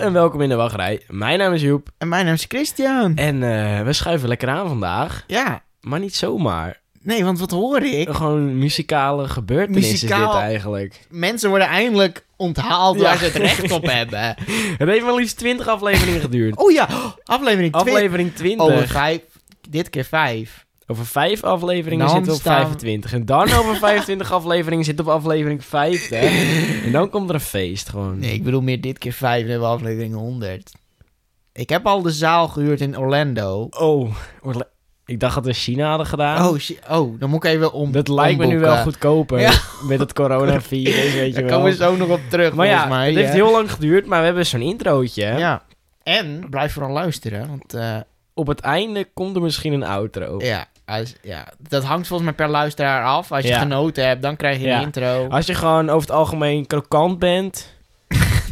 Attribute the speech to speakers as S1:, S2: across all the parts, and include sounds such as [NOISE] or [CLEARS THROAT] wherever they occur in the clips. S1: en welkom in de wachtrij. Mijn naam is Joep
S2: En mijn naam is Christian.
S1: en eh, we schuiven lekker aan vandaag.
S2: Ja,
S1: Maar niet zomaar.
S2: nee, want wat hoor ik?
S1: Gewoon muzikale gebeurtenis is
S2: Muzikaal.
S1: dit eigenlijk.
S2: Mensen worden eindelijk onthaald
S1: Ja.
S2: waar ze het recht op
S1: [LAUGHS]
S2: hebben.
S1: Het heeft wel iets 20 afleveringen geduurd.
S2: [LAUGHS] Oh ja, aflevering 2.
S1: Aflevering 20.
S2: Over vijf, dit keer vijf.
S1: Over vijf afleveringen
S2: Dan
S1: zitten we op
S2: staan we-
S1: 25. En dan over 25 afleveringen zitten we op aflevering
S2: [LAUGHS]
S1: 50. en dan komt er een feest gewoon.
S2: Nee, ik bedoel meer dit keer vijf, we hebben aflevering 100. Ik heb al de zaal gehuurd in Orlando.
S1: Oh, Orla- ik dacht dat we China hadden gedaan.
S2: Oh, shi- oh dan moet ik even om.
S1: dat lijkt me nu
S2: omboeken.
S1: wel goedkoper.
S2: Ja.
S1: Met het coronavirus, weet je
S2: [LAUGHS] Daar
S1: wel.
S2: komen we zo nog op terug,
S1: Maar ja,
S2: volgens mij.
S1: het heeft
S2: hè?
S1: heel lang geduurd, maar we hebben zo'n introotje. hè.
S2: Ja. En blijf vooral luisteren, want eh,
S1: Op het einde komt er misschien een outro.
S2: ja, als- ja, dat hangt volgens mij per luisteraar af. Als je
S1: Ja.
S2: genoten hebt, dan krijg je
S1: Ja.
S2: een intro.
S1: Als je gewoon over het algemeen krokant bent,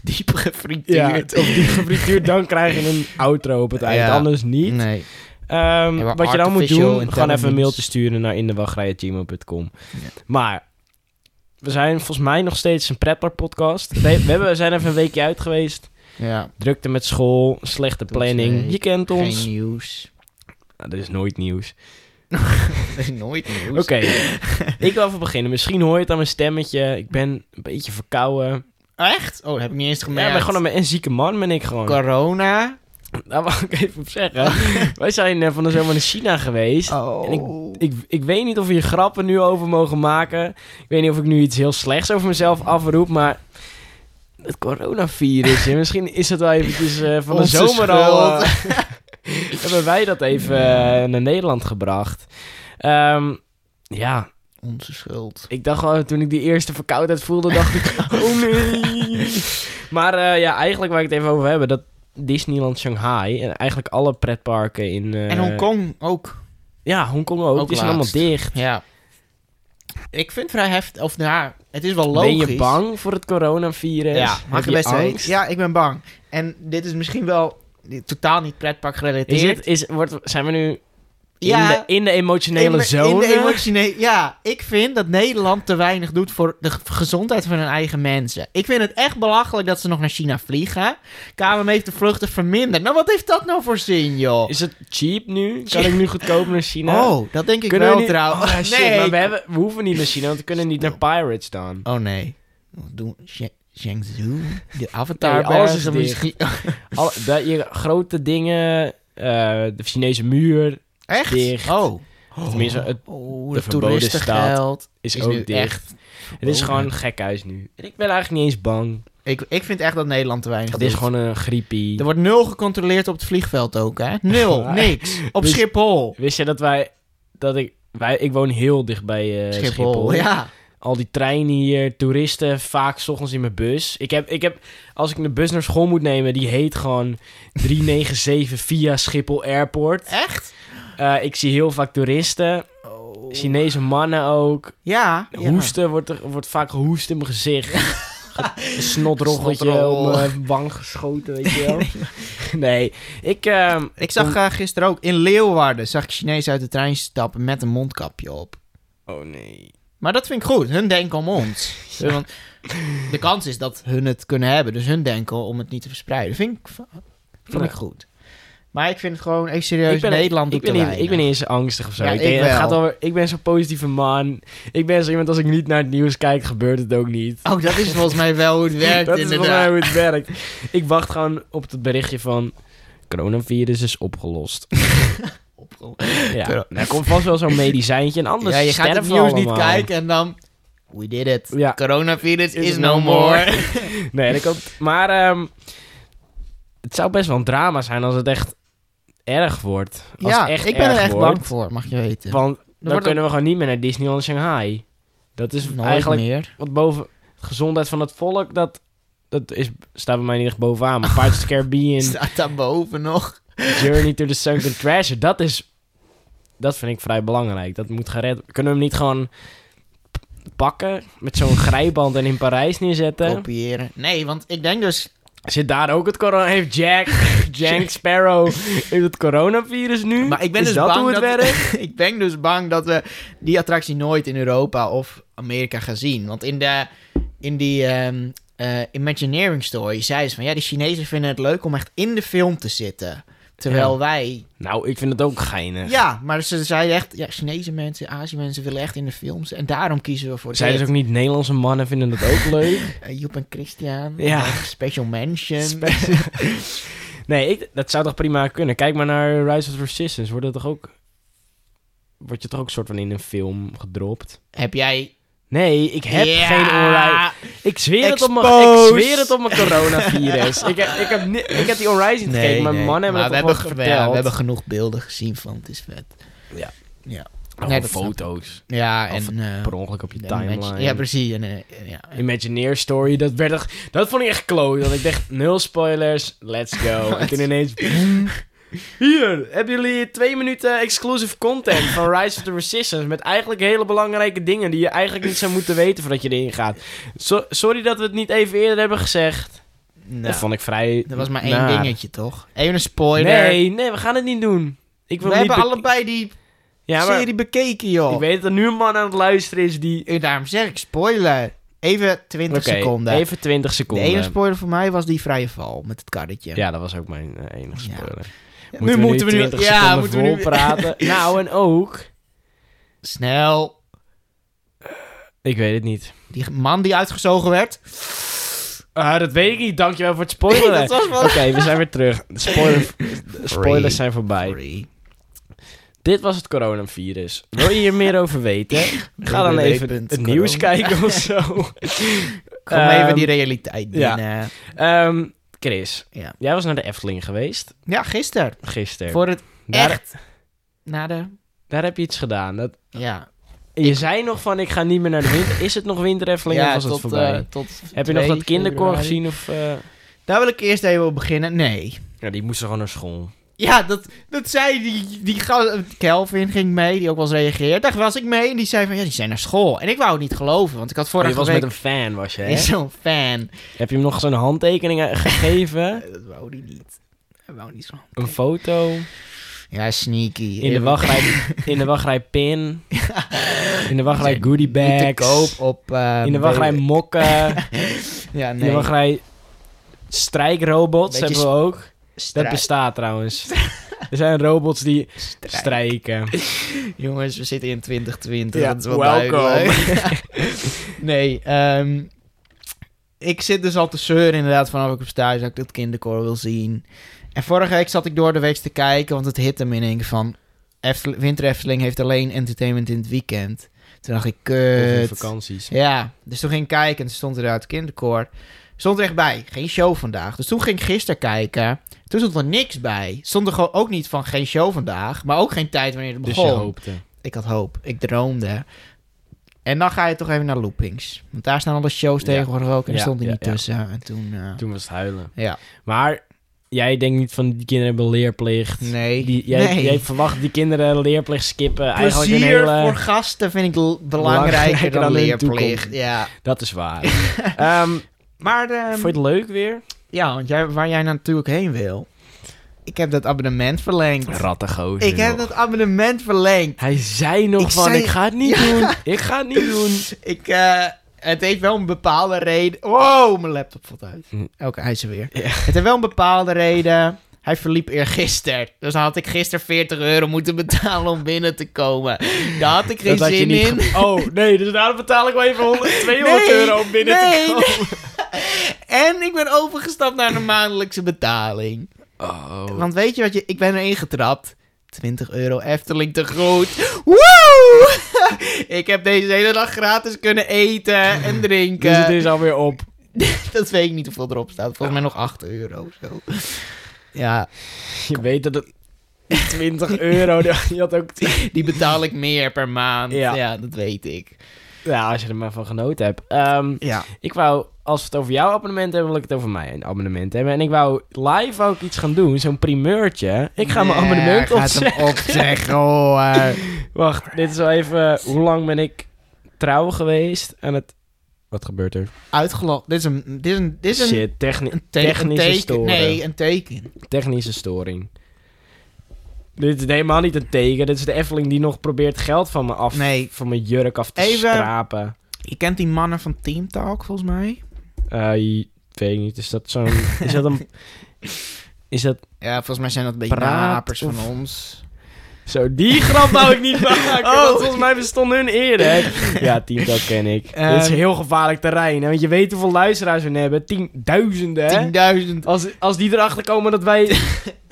S2: diep
S1: ja,
S2: gefrituurd.
S1: of die [LAUGHS] gefrituurd, dan krijg je een outro op het eind.
S2: Ja.
S1: Anders niet.
S2: Nee.
S1: Ehm,
S2: Ja, maar
S1: wat je dan moet doen,
S2: artificial
S1: gewoon even een
S2: intelligence.
S1: mailtje sturen naar indewachtrij.gmail.com. Maar we zijn volgens mij nog steeds een pretpark podcast. We, we hebben, we zijn even een weekje uit geweest.
S2: Ja.
S1: Drukte met school, slechte
S2: Tot
S1: planning.
S2: twee.
S1: Je kent ons.
S2: Geen nieuws. [LAUGHS]
S1: Nou, dat is nooit nieuws.
S2: Dat is nooit nieuws.
S1: Oké, Dus [LAUGHS] ik wil even beginnen. Misschien hoor je het aan mijn stemmetje. Ik ben een beetje verkouden.
S2: Echt? Oh, heb ik niet eens
S1: Ja, ik
S2: gemerkt.
S1: ben gewoon een, een zieke man, ben ik gewoon.
S2: Corona.
S1: Daar wou ik even op zeggen. [LAUGHS] Wij zijn eh, van de zomer naar China geweest.
S2: Oh.
S1: En Ik, ik weet niet of we hier grappen nu over mogen maken. Ik weet niet of ik nu iets heel slechts over mezelf afroep, maar... Het coronavirus, hè, misschien is het wel eventjes eh, van de
S2: Onze
S1: zomer al...
S2: schuld.
S1: eh, [LAUGHS] hebben wij dat even eh, naar Nederland gebracht. Ehm, ja,
S2: Onze schuld.
S1: ik dacht wel, toen ik die eerste verkoudheid voelde, dacht ik...
S2: [LAUGHS]
S1: oh nee! Maar eh, ja, eigenlijk waar ik het even over heb, dat Disneyland Shanghai... en eigenlijk alle pretparken in... eh,
S2: en Hongkong ook.
S1: Ja, Hongkong ook.
S2: Ook
S1: die zijn allemaal
S2: laatst.
S1: dicht.
S2: Ja. Ik vind het vrij heftig. Of nou, ja, het is
S1: Ben
S2: wel logisch.
S1: je bang voor het coronavirus?
S2: Ja,
S1: Heb
S2: mag je best
S1: angst?
S2: weten. Ja, ik ben bang. En dit is misschien wel dit- totaal niet pretpark gerelateerd.
S1: Is het, is, wordt, zijn we nu in,
S2: ja,
S1: de, in de emotionele
S2: in de-
S1: zone?
S2: In de emotionele, ja, ik vind dat Nederland te weinig doet voor de g- gezondheid van hun eigen mensen. Ik vind het echt belachelijk dat ze nog naar China vliegen. KLM heeft de vluchten verminderd. Nou, wat heeft dat nou voor zin, joh?
S1: Is het cheap nu? Kan ik nu goedkoop naar China?
S2: Oh, dat denk ik
S1: kunnen
S2: wel
S1: we niet...
S2: trouwens.
S1: Oh, ja, shit,
S2: nee.
S1: maar we, hebben, we hoeven niet naar China, want we kunnen niet naar Pirates dan.
S2: Oh, nee. Wat doen Zhe- Zhengzhou, de avatar
S1: Nee, alles is
S2: bergen
S1: dicht.
S2: misschien- Oh,
S1: Al, dat je grote dingen, eh, de Chinese muur
S2: Echt?
S1: Dicht.
S2: Oh.
S1: Tenminste, het
S2: oh,
S1: de
S2: de,
S1: verboden
S2: toeristengeld
S1: is,
S2: is nu
S1: ook dicht.
S2: echt...
S1: Het is
S2: verboden.
S1: gewoon een gekhuis nu. En Ik ben eigenlijk niet eens bang.
S2: Ik, ik vind echt dat Nederland te weinig
S1: Het
S2: doet.
S1: is gewoon een griepie.
S2: Er wordt nul gecontroleerd op het vliegveld ook, hè? Nul,
S1: [LAUGHS] Ja.
S2: niks. Op
S1: Dus-
S2: Schiphol.
S1: Wist je dat wij... Dat ik, wij ik woon heel dicht bij eh
S2: Schiphol, ja.
S1: al die treinen hier, toeristen, vaak 's ochtends in mijn bus. Ik heb, ik heb, als ik de bus naar school moet nemen, die heet gewoon 397 via Schiphol Airport.
S2: Echt?
S1: Eh, ik zie heel vaak toeristen, Oh. Chinese mannen ook.
S2: Ja.
S1: Hoesten, wordt, er, wordt vaak gehoest in mijn
S2: [LAUGHS]
S1: gezicht. Ge- Een snotroggeltje
S2: Snotrol.
S1: op mijn wang geschoten, weet je
S2: [LAUGHS]
S1: wel. Nee, ik... ehm,
S2: Ik zag eh, gisteren ook in Leeuwarden, zag ik Chinezen uit de trein stappen met een mondkapje op.
S1: Oh nee.
S2: Maar dat vind ik goed. Hun denken om
S1: [LAUGHS]
S2: ons. Want de kans is dat hun het kunnen hebben. Dus hun denken om het niet te verspreiden. Vind ik, va- vond ik
S1: Ja.
S2: goed. Maar ik vind het gewoon, even serieus, dus Nederland
S1: ik
S2: doet
S1: ben,
S2: te
S1: niet-
S2: weinig.
S1: ik ben niet eens angstig of zo.
S2: Ja,
S1: ik,
S2: ik
S1: denk, het
S2: wel.
S1: gaat over, ik ben zo'n positieve man. Ik ben zo iemand, als ik niet naar het nieuws kijk, gebeurt het ook niet.
S2: Oh, dat is volgens mij wel hoe het werkt,
S1: [LAUGHS] Dat is voor mij
S2: inderdaad.
S1: hoe het werkt. Ik wacht gewoon op het berichtje van... Coronavirus is opgelost.
S2: [LAUGHS]
S1: Ja.
S2: Corona-
S1: Er komt vast wel zo'n medicijntje en anders
S2: ja, je gaat
S1: sterven
S2: het
S1: we
S2: nieuws niet
S1: allemaal.
S2: kijken en dan... We did it.
S1: Ja.
S2: Coronavirus
S1: Is
S2: is,
S1: no
S2: no
S1: more.
S2: [LAUGHS] more.
S1: Nee, dat komt... Maar ehm, het zou best wel een drama zijn als het echt erg wordt. Als
S2: Ja,
S1: het echt
S2: ik ben
S1: erg
S2: er echt
S1: wordt,
S2: bang voor, mag je weten.
S1: Want dan
S2: wordt
S1: kunnen we gewoon niet meer naar Disneyland Shanghai. Dat is eigenlijk
S2: meer.
S1: wat boven... Gezondheid van het volk, dat, dat is, staat bij mij niet echt bovenaan. Maar Pirates of the
S2: [LAUGHS]
S1: Caribbean...
S2: Staat daar boven nog.
S1: Journey to the Sunken Treasure. Dat is... Dat vind ik vrij belangrijk. Dat moet gered... Kunnen we hem niet gewoon p- pakken met zo'n grijband en in Parijs neerzetten?
S2: Kopiëren. Nee, want ik denk dus...
S1: Zit daar ook het corona... Heeft Jack, [LAUGHS] Jack Sparrow, heeft het coronavirus nu?
S2: Maar ik ben
S1: is
S2: dus
S1: dat
S2: bang
S1: hoe het
S2: dat-
S1: werkt?
S2: [LAUGHS] ik ben dus bang dat we die attractie nooit in Europa of Amerika gaan zien. Want in, de, in die ehm, eh, Imagineering Story zei ze van... Ja, de Chinezen vinden het leuk om echt in de film te zitten. Terwijl
S1: Ja.
S2: wij...
S1: Nou, ik vind het ook geinig.
S2: Ja, maar ze zeiden echt... Ja, Chinese mensen, Azië mensen willen echt in de films. En daarom kiezen we voor
S1: Zeiden ze
S2: dit.
S1: ook niet Nederlandse mannen vinden dat ook [LAUGHS] leuk?
S2: Eh, Joep en Christian.
S1: Ja.
S2: eh, Special Mention.
S1: [LAUGHS] nee, ik, dat zou toch prima kunnen. Kijk maar naar Rise of the Resistance. Wordt dat toch ook... Word je toch ook soort van in een film gedropt?
S2: Heb jij...
S1: Nee, ik heb
S2: Ja.
S1: geen onride. Ik zweer, het op mijn, ik
S2: Exposed.
S1: zweer het op mijn [LAUGHS] coronavirus. ik, heb, ik, heb ni- ik heb die onrise niet gekeken, maar mannen hebben
S2: Maar
S1: het
S2: we
S1: toch
S2: hebben,
S1: wel
S2: ge-
S1: verteld.
S2: ja, we hebben genoeg beelden gezien van het is vet.
S1: Ja.
S2: Ja,
S1: Oh,
S2: Nee, dat snap
S1: foto's.
S2: ja en...
S1: Of
S2: eh,
S1: Per ongeluk op je
S2: en match-
S1: timeline.
S2: Ja, precies. En, eh, ja.
S1: Imagineer Story, dat, werd echt, dat vond ik echt kloot. Want ik dacht, nul spoilers, let's
S2: [LAUGHS]
S1: go. en toen ineens... boem. Hier, hebben jullie twee minuten exclusive content van Rise of the Resistance... met eigenlijk hele belangrijke dingen die je eigenlijk niet zou moeten weten voordat je erin gaat. So- sorry dat we het niet even eerder hebben gezegd.
S2: Nou,
S1: Dat vond ik vrij...
S2: er was maar één
S1: naar.
S2: dingetje, toch? Even een spoiler.
S1: nou. Nee, nee, we gaan het niet doen. Ik wil
S2: we
S1: niet
S2: hebben
S1: be-
S2: allebei die
S1: ja, maar
S2: serie bekeken, joh.
S1: Ik weet dat er nu een man aan het luisteren is die...
S2: Eh, Daarom zeg ik spoiler. Even 20
S1: Oké,
S2: seconden.
S1: even 20
S2: de
S1: seconden.
S2: enige spoiler voor mij was die vrije val met het karretje.
S1: eh, Ja, dat was ook mijn eh, enige
S2: Ja.
S1: spoiler.
S2: Nu
S1: Moeten we
S2: moeten we nu-
S1: 20
S2: ja,
S1: seconden
S2: moeten we
S1: vol
S2: nu-
S1: praten? nou, en ook...
S2: [LAUGHS] Snel.
S1: Ik weet het niet.
S2: Die man die uitgezogen
S1: [LAUGHS]
S2: werd.
S1: Ah, dat weet ik niet. Dankjewel voor het spoileren.
S2: dat was wel...
S1: Oké, we zijn weer terug. De spoiler, de spoilers zijn voorbij.
S2: Sorry.
S1: Dit was het coronavirus. Wil je hier meer over weten? Ga dan even het
S2: www.corona.
S1: nieuws kijken
S2: [LAUGHS]
S1: of zo.
S2: Kom
S1: Ehm,
S2: even die realiteit
S1: ja.
S2: binnen. Ja,
S1: Ehm, Chris,
S2: Ja.
S1: jij was naar de Efteling geweest
S2: gisteren.
S1: gisteren.
S2: Voor het
S1: daar,
S2: echt. Na de...
S1: daar heb je iets gedaan. Dat,
S2: Ja.
S1: je zei nog van, ik ga niet meer naar de winter. Is het nog winter Efteling of
S2: ja,
S1: was
S2: tot,
S1: het voorbij?
S2: eh, tot
S1: heb je nog
S2: twee
S1: dat kinderkoor
S2: februari.
S1: gezien? Of, eh?
S2: Daar wil ik eerst even op beginnen. Nee.
S1: Ja, die moesten gewoon naar school.
S2: Ja, dat, dat zei die, die ga- Kelvin ging mee, die ook wel eens reageerde. Daar was ik mee en die zei van, ja, die zijn naar school. En ik wou het niet geloven, want ik had
S1: Maar je
S2: vorige
S1: was
S2: week
S1: met een fan, was je, hè?
S2: is zo'n fan.
S1: Heb je hem nog zo'n handtekening
S2: [LAUGHS]
S1: eh, gegeven?
S2: Eh, Dat wou die niet. Hij wou niet zo.
S1: Een foto?
S2: Ja, sneaky.
S1: In de wachtrij, in de wachtrij pin? In de wachtrij goodie
S2: Niet te
S1: bags?
S2: koop op... eh,
S1: In de wachtrij
S2: B-
S1: mokken?
S2: Ja,
S1: In de
S2: nee.
S1: wachtrij strijkrobots
S2: Beetje
S1: hebben we ook. Dat
S2: Strijk.
S1: bestaat
S2: [LAUGHS]
S1: trouwens. Er zijn robots die
S2: Strijk.
S1: strijken.
S2: Jongens, we zitten in 2020.
S1: Ja,
S2: dat is wel
S1: welkom. [LAUGHS]
S2: duidelijk. nee, ehm, ik zit dus al te zeuren inderdaad vanaf ik op stage dat ik dat kinderkoor wil zien. En vorige week zat ik door de week te kijken, want het hit hem in één keer van... Eftel- Winter Efteling heeft alleen entertainment in het weekend. Toen dacht ik,
S1: Of in
S2: kut.
S1: vakanties.
S2: Ja, dus toen ging ik kijken en toen stond er uit het kinderkoor. Stond er echt bij, geen show vandaag. Dus toen ging ik gisteren kijken. Toen stond er niks bij. Stond er gewoon ook niet van geen show vandaag, maar ook geen tijd wanneer het
S1: Dus
S2: begon.
S1: je hoopte.
S2: Ik had hoop. Ik droomde. En dan ga je toch even naar Loopings. Want daar staan alle shows
S1: Ja.
S2: tegenwoordig ook.
S1: Ja,
S2: En daar stond hij
S1: ja,
S2: niet
S1: ja.
S2: tussen. En toen... eh,
S1: Toen was het huilen.
S2: Ja.
S1: Maar jij denkt niet van die kinderen hebben leerplicht.
S2: Nee.
S1: Die, jij,
S2: nee.
S1: jij verwacht die kinderen leerplicht skippen. Eigenlijk een
S2: Plezier
S1: hele...
S2: voor gasten vind ik l- belangrijker,
S1: Belangrijker
S2: dan,
S1: dan hun
S2: leerplicht.
S1: toekomst.
S2: Ja.
S1: Dat is
S2: [LAUGHS]
S1: waar. Ehm,
S2: Maar... ehm,
S1: vond je het leuk weer?
S2: Ja, want jij, waar jij natuurlijk heen wil... Ik heb dat abonnement verlengd.
S1: Rattengozer.
S2: Ik heb
S1: nog.
S2: dat abonnement verlengd.
S1: Hij zei nog
S2: Ik
S1: van,
S2: zei-
S1: ik ga het niet doen. Ik ga het
S2: [LAUGHS]
S1: niet doen.
S2: Ik... eh, het heeft wel een bepaalde reden. Wow, mijn laptop valt uit.
S1: Hm.
S2: Oké, hij is er weer.
S1: Ja.
S2: Het heeft wel een bepaalde reden. Hij verliep eergisteren. Dus dan had ik gisteren 40 euro moeten betalen om binnen te komen. Daar had ik geen
S1: Dat had je
S2: zin
S1: niet
S2: in.
S1: ge- Oh, nee, dus daarom betaal ik wel even 100, 200
S2: Nee,
S1: euro om binnen
S2: nee,
S1: te komen.
S2: [LAUGHS] En ik ben overgestapt naar een maandelijkse betaling.
S1: Oh.
S2: Want weet je wat je... Ik ben erin getrapt. 20 euro Efteling te goed. Woe! [LAUGHS] ik heb deze hele dag gratis kunnen eten en drinken.
S1: Dus het is alweer op.
S2: [LAUGHS] Dat weet ik niet hoeveel erop staat. Volgens mij nog 8 euro of zo. Ja,
S1: Je weet dat het 20 euro, je had
S2: [LAUGHS]
S1: ook...
S2: die betaal ik meer per maand.
S1: Ja.
S2: Ja, dat weet ik.
S1: Ja, als je er maar van genoten hebt. Ehm,
S2: Ja.
S1: ik wou, als we het over jouw abonnement hebben, wil ik het over mijn abonnement hebben. En ik wou live ook iets gaan doen, zo'n primeurtje. Ik ga mijn abonnement
S2: gaat
S1: opzeggen.
S2: hem opzeggen, hoor.
S1: [LAUGHS] Wacht, dit is wel even... Hoe lang ben ik trouw geweest aan het... Wat gebeurt er?
S2: Uitgelokt. Dit is een... Dit is een, dit is een
S1: Shit, techni-
S2: te-
S1: technische
S2: een teken.
S1: storing.
S2: Nee, een teken.
S1: Technische storing. Dit is helemaal niet een teken. Dit is de Efteling die nog probeert geld van me af...
S2: Nee.
S1: Van mijn jurk af te
S2: Even-
S1: strapen.
S2: Je kent die mannen van Team Talk, volgens mij.
S1: Eh, weet ik niet. Is dat zo'n... Is dat
S2: [LAUGHS]
S1: een... Is dat...
S2: Ja, volgens mij zijn dat een beetje
S1: Praat
S2: napers
S1: of-
S2: van ons.
S1: Zo, die grap wou ik niet maken.
S2: Oh.
S1: want volgens mij bestond hun [LAUGHS] eerder. Ja, tiental ken ik.
S2: Ehm.
S1: Dit is Eh, heel gevaarlijk terrein. Hè? Want je weet hoeveel luisteraars we hebben. Tienduizenden, hè?
S2: Tienduizend.
S1: Als, als die erachter komen dat wij, [LAUGHS]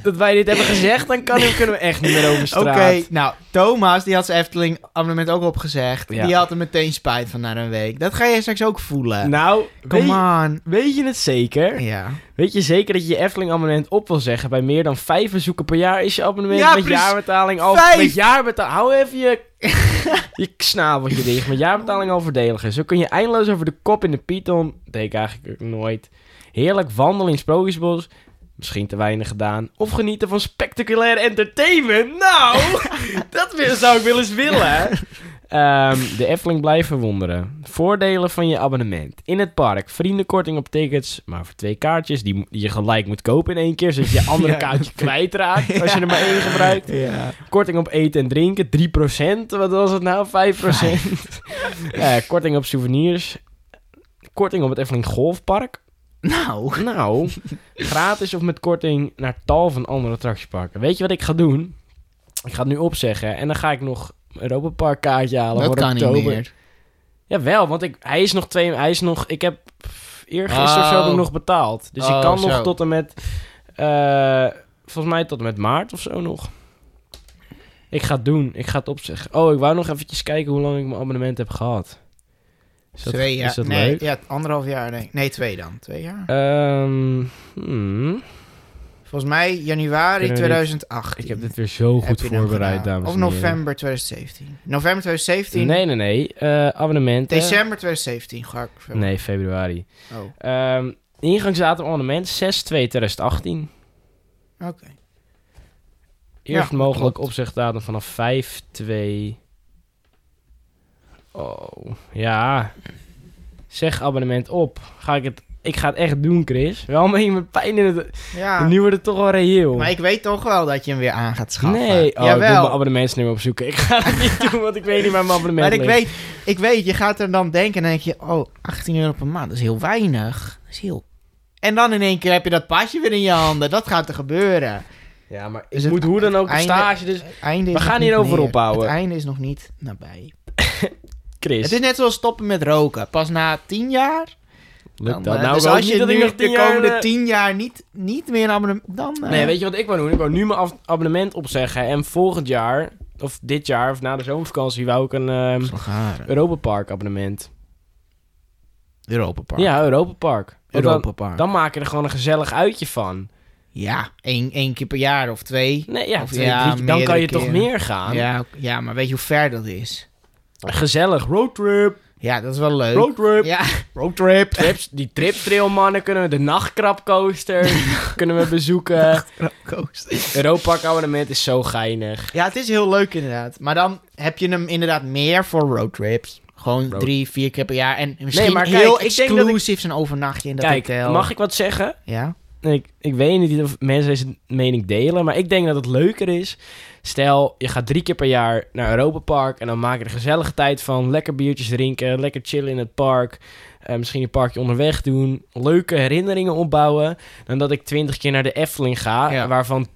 S1: dat wij dit hebben gezegd, dan kan, kunnen we echt niet meer over straat.
S2: Oké, nou, Thomas, die had zijn Efteling abonnement ook opgezegd.
S1: Ja.
S2: Die had er meteen spijt van na een week. Dat ga je straks ook voelen.
S1: Nou, weet,
S2: Come on.
S1: weet je het zeker?
S2: Ja.
S1: Weet je zeker dat je je Efteling-abonnement op wil zeggen? Bij meer dan vijf verzoeken per jaar is je abonnement
S2: Ja,
S1: met
S2: precies.
S1: jaarbetaling al...
S2: Vijf!
S1: Met jaarbetaling... Hou even je... [LAUGHS] je snabeltje dicht. Met jaarbetaling al verdedigen. Zo kun je eindeloos over de kop in de Python... Deed ik eigenlijk ook nooit. Heerlijk wandelen in Sprookjesbos. Misschien te weinig gedaan. Of genieten van spectaculair entertainment.
S2: [LAUGHS]
S1: Nou, dat wil- zou ik wel eens willen. hè? Ehm, de Efteling blijft verwonderen. Voordelen van je abonnement. In het park. Vriendenkorting op tickets. Maar voor twee kaartjes die mo- die je gelijk moet kopen in één keer. Zodat je je andere
S2: [LAUGHS] Ja.
S1: kaartje kwijtraakt. Als je er maar één gebruikt.
S2: Ja.
S1: Korting op eten en drinken. 3%. Wat was het nou? 5%. Eh, korting op souvenirs. Korting op het Efteling Golfpark.
S2: [LAUGHS] Nou.
S1: Nou, gratis of met korting naar tal van andere attractieparken. Weet je wat ik ga doen? Ik ga het nu opzeggen en dan ga ik nog een Europa Park kaartje halen
S2: Dat
S1: voor
S2: kan
S1: oktober.
S2: niet meer.
S1: Jawel, want ik, hij is nog twee, hij is nog, ik heb pff, eergisteren of zo
S2: Oh.
S1: heb ik nog betaald. Dus
S2: Oh,
S1: ik kan nog
S2: zo.
S1: tot en met, eh, volgens mij tot en met maart of zo nog. Ik ga het doen, ik ga het opzeggen. Oh, ik wou nog eventjes kijken hoe lang ik mijn abonnement heb gehad. Is dat,
S2: twee jaar.
S1: is dat
S2: nee,
S1: leuk?
S2: Ja, anderhalf jaar. Nee. nee, twee dan. Twee jaar.
S1: Ehm, hmm.
S2: Volgens mij januari
S1: Kunnen we
S2: 2018.
S1: Ik heb dit weer zo
S2: Heb
S1: goed
S2: je hem
S1: voorbereid,
S2: gedaan.
S1: dames
S2: Of
S1: en heren.
S2: november 2017. November 2017.
S1: Nee, nee, nee. Eh, abonnementen.
S2: December 2017 ga ik verder.
S1: Nee, februari.
S2: Oh, oké.
S1: Ehm ingangsdatum abonnement 6-2-2018. Eerst
S2: Ja,
S1: mogelijk
S2: klopt.
S1: opzegdatum vanaf 5-2... Oh, ja. Zeg abonnement op. Ga ik het... Ik ga het echt doen, Chris. Wel mee met pijn in het...
S2: Ja.
S1: Nu wordt het toch wel reëel.
S2: Maar ik weet toch wel dat je hem weer aan gaat schaffen.
S1: Nee. Oh, ik moet mijn
S2: Jawel.
S1: abonnementsnummer opzoeken. Ik ga het niet doen, want ik weet niet waar mijn abonnement
S2: Maar ik
S1: ligt.
S2: weet, ik weet, je gaat er dan denken en dan denk je, oh, 18 euro per maand, dat is heel weinig. Dat is heel... En dan in één keer heb je dat pasje weer in je handen. Dat gaat er gebeuren.
S1: Ja, maar ik
S2: Dus het
S1: moet hoe dan ook een
S2: einde-
S1: stage, dus...
S2: Het einde
S1: We
S2: is nog
S1: gaan
S2: niet
S1: hierover
S2: neer.
S1: ophouden.
S2: Het einde is nog niet nabij.
S1: Chris,
S2: Het is net zoals stoppen met roken. Pas na 10 jaar.
S1: lukt
S2: dan,
S1: dat?
S2: eh,
S1: nou,
S2: dus
S1: ik hoop
S2: als je
S1: niet dat ik
S2: nu
S1: nog tien
S2: de
S1: jaar...
S2: komende
S1: eh,
S2: 10 jaar niet, niet meer een abonnement... Dan, eh,
S1: Nee, weet je wat ik wou doen? Ik wou nu mijn af- abonnement opzeggen en volgend jaar, of dit jaar, of na de zomervakantie, wou ik een ehm
S2: Slagaren.
S1: Europa Park abonnement.
S2: Europa Park.
S1: Ja, Europa Park. Want
S2: Europa
S1: Dan,
S2: Park.
S1: dan maak je er gewoon een gezellig uitje van.
S2: Ja, één, één keer per jaar of twee.
S1: Nee, ja,
S2: Of
S1: twee,
S2: ja,
S1: drie- dan kan
S2: meerdere
S1: je toch
S2: keren.
S1: meer gaan.
S2: Ja, ook- ja, maar weet je hoe ver dat is?
S1: Gezellig, roadtrip,
S2: Ja, dat is wel leuk.
S1: roadtrip.
S2: Ja, [LAUGHS]
S1: Roadtrip. Trips, die triptrail mannen kunnen we, de
S2: [LAUGHS]
S1: nachtkrabcoaster kunnen we bezoeken. Europa Park abonnement is zo geinig.
S2: ja, het is heel leuk inderdaad. Maar dan heb je hem inderdaad meer voor roadtrips. Gewoon
S1: Road-
S2: drie, vier keer per jaar. En misschien
S1: maar kijk,
S2: heel
S1: ik denk dat ik-
S2: exclusief een overnachtje in dat
S1: Kijk,
S2: hotel.
S1: mag ik wat zeggen?
S2: Ja?
S1: Ik, ik weet niet of mensen deze mening delen, maar ik denk dat het leuker is. Stel, je gaat drie keer per jaar naar Europa Park en dan maak je er gezellige tijd van. Lekker biertjes drinken, lekker chillen in het park. eh, misschien een parkje onderweg doen. Leuke herinneringen opbouwen. Dan dat ik twintig keer naar de Efteling ga,
S2: Ja.
S1: waarvan,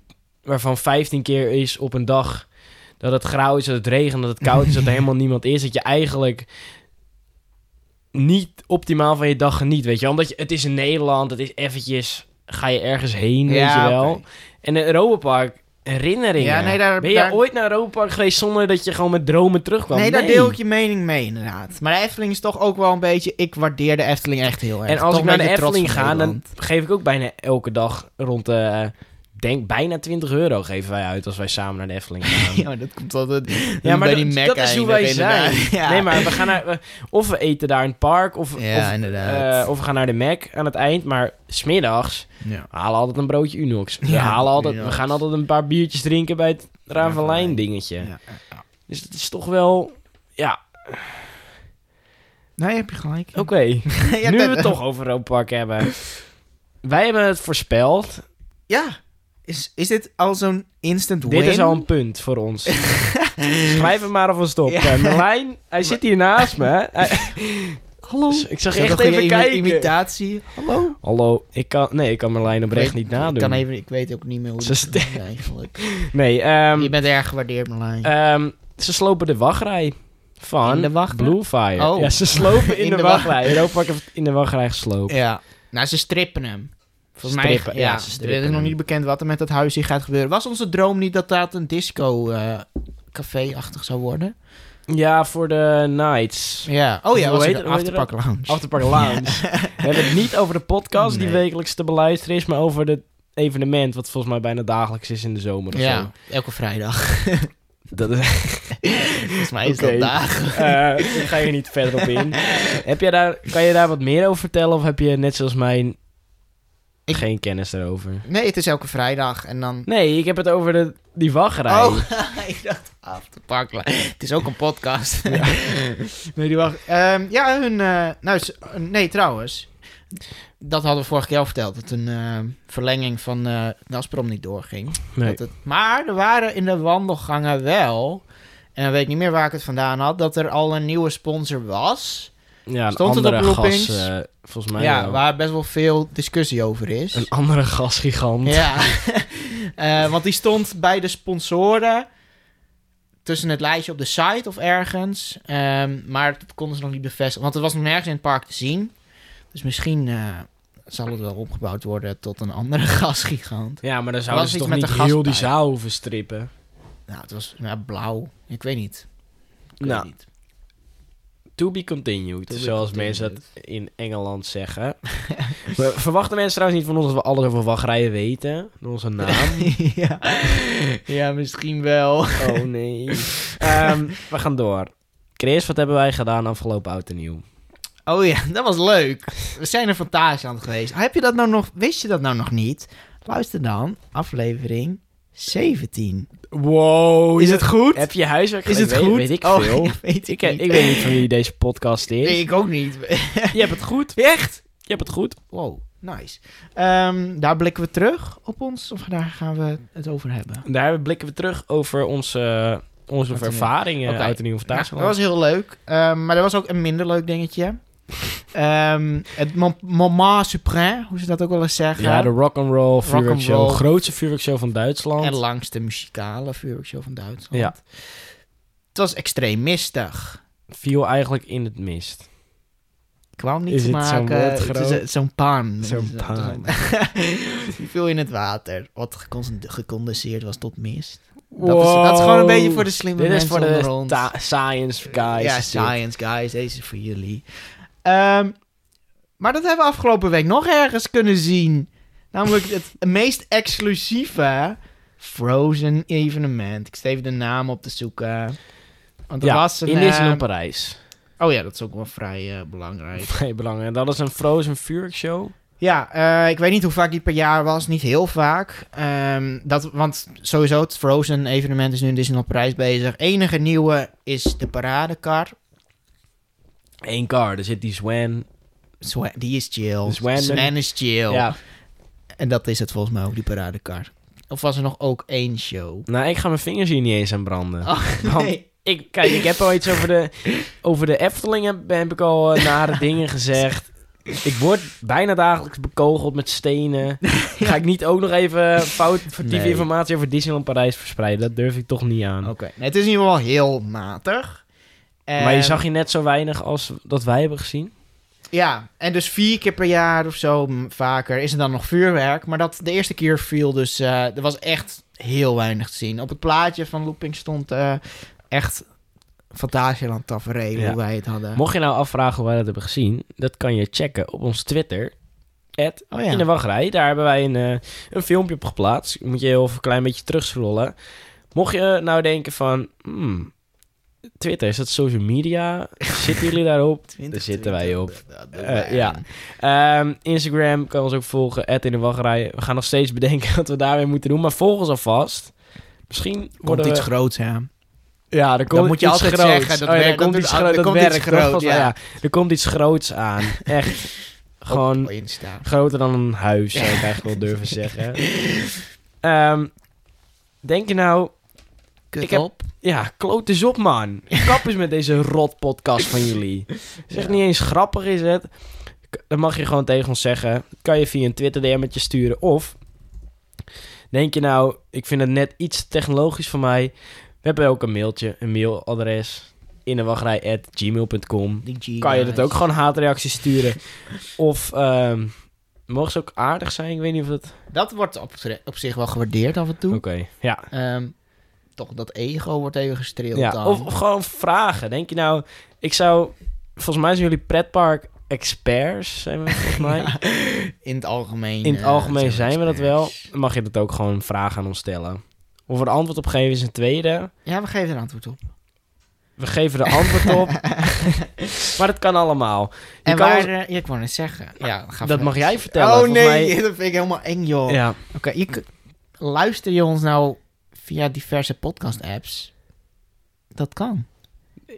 S1: waarvan 15 keer is op een dag. Dat het grauw is, dat het regent, dat het koud is, dat
S2: [LAUGHS]
S1: er helemaal niemand is. Dat je eigenlijk niet optimaal van je dag geniet, weet je wel. Omdat je, het is in Nederland, het is eventjes... Ga je ergens heen, weet
S2: Ja,
S1: je wel.
S2: oké.
S1: En een Europa Park, herinneringen.
S2: Ja, nee, daar-
S1: ben je
S2: daar-
S1: ooit naar een Europa Park geweest zonder dat je gewoon met dromen terugkwam?
S2: nee, daar deel ik je mening mee inderdaad. Maar de Efteling is toch ook wel een beetje... Ik waardeer de Efteling echt heel erg.
S1: En als
S2: Toch
S1: ik naar
S2: ben
S1: de
S2: je trots
S1: Efteling
S2: van
S1: ga, dan
S2: Nederland.
S1: geef ik ook bijna elke dag rond de... eh, denk bijna 20 euro geven wij uit als wij samen naar de Efteling gaan.
S2: [LAUGHS] Ja, maar dat komt altijd
S1: Ja, maar
S2: bij
S1: dat,
S2: die Mac
S1: dat is
S2: heen,
S1: hoe wij
S2: ben je inderdaad-
S1: zijn.
S2: [LAUGHS] Ja.
S1: Nee, maar we gaan naar... we- of we eten daar in het park, of,
S2: Ja,
S1: of,
S2: inderdaad.
S1: eh, of we gaan naar de Mac aan het eind. Maar smiddags
S2: ja.
S1: we halen altijd een broodje Unox. We,
S2: Ja,
S1: halen altijd, we
S2: Unox.
S1: gaan altijd een paar biertjes drinken bij het Ravelijn
S2: Ravelijn.
S1: dingetje.
S2: Ja.
S1: Dus het is toch wel... Ja,
S2: Nee, heb je gelijk. [LAUGHS]
S1: oké. Oh, nu we het toch over Europa Park hebben. Wij hebben het voorspeld.
S2: Ja. Is, is dit al zo'n instant win?
S1: Dit is al een punt voor
S2: [LAUGHS]
S1: ons. Schrijf hem maar alvast op.
S2: Ja. [LAUGHS]
S1: Eh, Merlijn, hij zit hier naast me. Hij-
S2: hallo.
S1: Dus ik zag
S2: Ja,
S1: echt
S2: dan ging
S1: even
S2: je imi-
S1: kijken.
S2: Imitatie. Hallo.
S1: Hallo, ik kan... Nee, ik kan Merlijn oprecht
S2: Ik weet-
S1: niet nadoen.
S2: Ik, kan even, ik weet ook niet meer hoe
S1: Ze
S2: dat
S1: st-
S2: is eigenlijk.
S1: Nee, [LAUGHS] ehm,
S2: Je bent erg gewaardeerd, Marlijn.
S1: ehm, ze slopen de wachtrij van
S2: In de wachtrij?
S1: Bluefire.
S2: Oh.
S1: Ja, ze slopen [LAUGHS] in,
S2: In
S1: de,
S2: de
S1: wachtrij. Europa heeft in de wachtrij geslopen.
S2: ja. Nou, ze strippen hem. Volgens
S1: Strippen,
S2: mij,
S1: ja,
S2: ja,
S1: ze
S2: er
S1: strippen
S2: is nog
S1: hem.
S2: niet bekend wat er met dat huis hier gaat gebeuren. Was onze droom niet dat dat een disco eh, café-achtig zou worden?
S1: Ja, voor de Knights.
S2: Ja. Oh ja,
S1: Hoe
S2: was
S1: heet
S2: het
S1: het- hoe heet het
S2: Afterpark Lounge.
S1: Afterpark Lounge. We hebben het niet over de podcast die
S2: Nee.
S1: wekelijks te beluisteren is, maar over het evenement wat volgens mij bijna dagelijks is in de zomer of zo.
S2: ja, elke vrijdag. [LAUGHS]
S1: Dat is,
S2: Volgens mij is
S1: Oké.
S2: dat dagen.
S1: [LAUGHS] Eh, ik ga je niet verder op in. Heb jij daar, kan je daar wat meer over vertellen of heb je net zoals mij
S2: Ik-
S1: geen kennis daarover?
S2: Nee, het is elke vrijdag. En dan...
S1: Nee, ik heb het over de, die wachtrij.
S2: Oh, [LAUGHS] ik dacht Afterpark Lounge. Het is ook een [LAUGHS] podcast. nee, die wacht. Ehm, ja, hun... eh, nou, ze- nee, trouwens. Dat hadden we vorige keer al verteld. Dat een ehm, verlenging van eh Gazprom niet doorging.
S1: nee.
S2: Dat het- maar er waren in de wandelgangen wel. En dan weet ik niet meer waar ik het vandaan had. Dat er al een nieuwe sponsor was.
S1: Ja, een
S2: Stond het op
S1: andere
S2: Loopings?
S1: gas, eh, volgens mij
S2: ja,
S1: wel.
S2: waar best wel veel discussie over is.
S1: Een andere gasgigant.
S2: Ja, [LAUGHS] Eh, want die stond bij de sponsoren tussen het lijstje op de site of ergens. Ehm, maar dat konden ze nog niet bevestigen, want het was nog nergens in het park te zien. Dus misschien eh, zal het wel opgebouwd worden tot een andere [LAUGHS] gasgigant.
S1: Ja, maar dan zouden
S2: Was
S1: ze
S2: iets
S1: toch
S2: met
S1: niet
S2: een
S1: heel die
S2: gaspijp.
S1: zaal hoeven strippen?
S2: Nou, het was ja, blauw. Ik weet niet. Ik weet
S1: Nou,
S2: niet.
S1: To be continued,
S2: To be
S1: zoals
S2: continued.
S1: mensen dat in Engeland [LAUGHS] zeggen. We verwachten mensen trouwens niet van ons dat we alles over wachtrijen weten. Door onze [LAUGHS] naam.
S2: [LAUGHS] ja. ja, misschien wel.
S1: Oh nee. Ehm, we gaan door. Chris, wat hebben wij gedaan afgelopen oud en nieuw?
S2: Oh ja, [LAUGHS] dat was leuk. We zijn een fantage aan het geweest. Heb je dat nou nog, wist je dat nou nog niet? Luister dan, aflevering 17.
S1: Wow.
S2: Is het goed?
S1: Heb je huiswerk
S2: Is
S1: gedaan?
S2: het
S1: Weet-
S2: goed?
S1: Weet [LAUGHS] ik
S2: Oh,
S1: veel.
S2: ja, weet [LAUGHS]
S1: Ik,
S2: ik,
S1: eh,
S2: niet.
S1: ik weet niet van wie deze podcast is.
S2: Nee, ik ook niet.
S1: Je hebt het goed.
S2: Echt?
S1: Je hebt het goed.
S2: Wow, nice. Ehm, daar blikken we terug op ons, of daar gaan we het over hebben.
S1: Daar blikken we terug over onze, onze
S2: Oud en nieuw.
S1: ervaringen
S2: Oké.
S1: oud en nieuw van
S2: Nou, dat
S1: Duitsland.
S2: was heel leuk, Ehm, maar er was ook een minder leuk dingetje. Ehm, het mom- moment suprême, hoe ze dat ook wel eens zeggen.
S1: ja, de rock'n'roll vuurwerkshow.
S2: roll.
S1: Grootste vuurwerkshow van Duitsland.
S2: En langs de muzikale vuurwerkshow van Duitsland.
S1: Ja.
S2: Het was extreem mistig.
S1: viel eigenlijk in het mist.
S2: Kwam niet
S1: Is
S2: te
S1: het zo'n
S2: maken.
S1: woord
S2: Het is
S1: groot?
S2: een- Zo'n pan.
S1: Zo'n pan.
S2: [LAUGHS] Die viel in het water. Wat gecon- gecondenseerd was tot mist. Dat, is, dat is gewoon een beetje voor de slimme
S1: Dit is
S2: mensen
S1: voor de
S2: onder ons.
S1: ta- science guys.
S2: ja, science guys. Deze is voor jullie. Ehm, maar dat hebben we afgelopen week nog ergens kunnen zien. Namelijk
S1: [LAUGHS]
S2: het meest exclusieve Frozen evenement. Ik steef de naam op te zoeken. Want er
S1: Ja,
S2: was een...
S1: in Disneyland
S2: ehm,
S1: Parijs. [LAUGHS]
S2: oh ja, dat is ook wel vrij eh, belangrijk.
S1: Vrij belangrijk. Dat is een Frozen vuurwerkshow.
S2: Ja, eh, ik weet niet hoe vaak die per jaar was. Niet heel vaak. Ehm, dat, want sowieso, het Frozen-evenement is nu in Disneyland Parijs bezig. enige nieuwe is de paradekar.
S1: Eén car, er zit die Swan.
S2: Swa- die is chill.
S1: Zwan-
S2: Swan is chill.
S1: Ja.
S2: En dat is het volgens mij ook, die paradekar. Of was er nog ook één show?
S1: Nou, ik ga mijn vingers hier niet eens aan branden.
S2: [LAUGHS] Ach,
S1: Want ik, kijk, ik heb al iets over de, over de Efteling heb, heb ik al eh, nare dingen gezegd. Ik word bijna dagelijks bekogeld met stenen. Ga ik niet ook nog even fout
S2: Nee.
S1: informatie over Disneyland Parijs verspreiden? Dat durf ik toch niet aan.
S2: Oké. Nee, het is in ieder geval heel matig. En-
S1: Maar je zag je net zo weinig als dat wij hebben gezien.
S2: Ja, en dus vier keer per jaar of zo, m, vaker, is er dan nog vuurwerk. Maar dat, de eerste keer viel dus... eh, er was echt heel weinig te zien. Op het plaatje van Looping stond eh, echt Fantasieland tafereel,
S1: Ja.
S2: hoe wij het hadden.
S1: Mocht je nou afvragen hoe wij dat hebben gezien, dat kan je checken op ons Twitter. At
S2: Oh ja.
S1: In de wachtrij, daar hebben wij een, eh, een filmpje op geplaatst. Moet je heel even een klein beetje terugscrollen. Mocht je nou denken van... hmm, Twitter, is dat social
S2: [LAUGHS]
S1: media? Zitten jullie daarop? Daar zitten wij op. Eh, ja. Ehm, Instagram kan ons ook volgen, at in de wachtrij. We gaan nog steeds bedenken [LAUGHS] wat we daarmee moeten doen. Maar volg ons alvast. Misschien
S2: Komt
S1: worden we...
S2: iets groots aan.
S1: Ja, er komt
S2: Dat moet je
S1: iets
S2: altijd
S1: groots.
S2: zeggen, dat
S1: Oh ja,
S2: werkt-
S1: er komt
S2: dat
S1: iets
S2: doet-
S1: gro-
S2: er
S1: dat
S2: komt
S1: werkt.
S2: iets groots,
S1: Volgens mij,
S2: ja.
S1: ja. Er komt iets groots aan. Echt. Gewoon
S2: Op Insta.
S1: Groter dan een huis, zou [LAUGHS] ik eigenlijk wel durven zeggen. Ehm, denk je nou...
S2: Kut
S1: Ik heb-
S2: op.
S1: Ja, kloot eens op, man. Kap eens met deze rot podcast van jullie. Zeg niet eens grappig is het. K- Dan mag je gewoon tegen ons zeggen. Kan je via een Twitter DM'tje sturen. Of denk je nou, ik vind het net iets te technologisch voor mij. We hebben ook een mailtje, een mailadres. In de
S2: Die G
S1: Kan je
S2: guys.
S1: dat ook gewoon haatreacties sturen. Of ehm mogen ze ook aardig zijn? Ik weet niet of het...
S2: Dat wordt op, op zich wel gewaardeerd af en toe.
S1: Oké, ja.
S2: Ehm, toch, dat ego wordt even gestreeld
S1: Ja,
S2: dan.
S1: of,
S2: [LAUGHS]
S1: of gewoon vragen. Denk je nou, ik zou... Volgens mij zijn jullie pretpark experts, zijn
S2: [LAUGHS]
S1: we volgens mij.
S2: in het algemeen.
S1: In het
S2: eh,
S1: algemeen
S2: zijn
S1: zijn we dat wel.
S2: experts.
S1: Dan mag je dat ook gewoon vragen aan ons stellen. Of we er antwoord op geven is een tweede.
S2: Ja, we geven een antwoord op.
S1: We geven er antwoord
S2: [LAUGHS]
S1: op. [LAUGHS] maar dat kan allemaal. Je
S2: en
S1: kan
S2: waar...
S1: ons-
S2: eh, ja, ik wou net zeggen. Ja, ga
S1: dat
S2: verder.
S1: mag jij vertellen.
S2: Oh
S1: volgens
S2: nee,
S1: mij-
S2: [LAUGHS] dat vind ik helemaal eng, joh.
S1: Ja,
S2: Oké, je kun- luister je ons nou via diverse podcast-apps? Dat kan.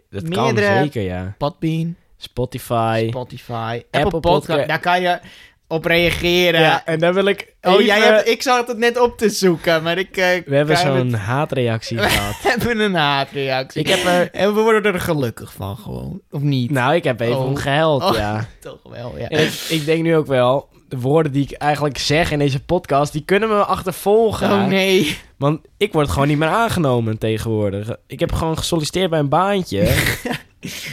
S1: dat kan
S2: Meerdere-
S1: zeker, ja.
S2: Podbean,
S1: Spotify.
S2: Spotify, Apple,
S1: Apple
S2: Podcast.
S1: Podca-
S2: Daar kan je op reageren.
S1: ja, en daar wil ik
S2: Oh, jij
S1: even- eh,
S2: hebt, ik zat het net op te zoeken, maar ik... eh,
S1: We hebben
S2: kan
S1: zo'n
S2: het-
S1: haatreactie gehad.
S2: We [LAUGHS] hebben een haatreactie.
S1: Ik heb er...
S2: En we worden er gelukkig van gewoon. Of niet?
S1: Nou, ik heb even
S2: Oh.
S1: om gehuild,
S2: Oh.
S1: ja.
S2: Toch wel, ja.
S1: En ik, ik denk nu ook wel, de woorden die ik eigenlijk zeg in deze podcast, die kunnen me achtervolgen.
S2: Oh nee.
S1: Want ik word gewoon niet meer aangenomen tegenwoordig. Ik heb gewoon gesolliciteerd bij een
S2: [LAUGHS]
S1: baantje.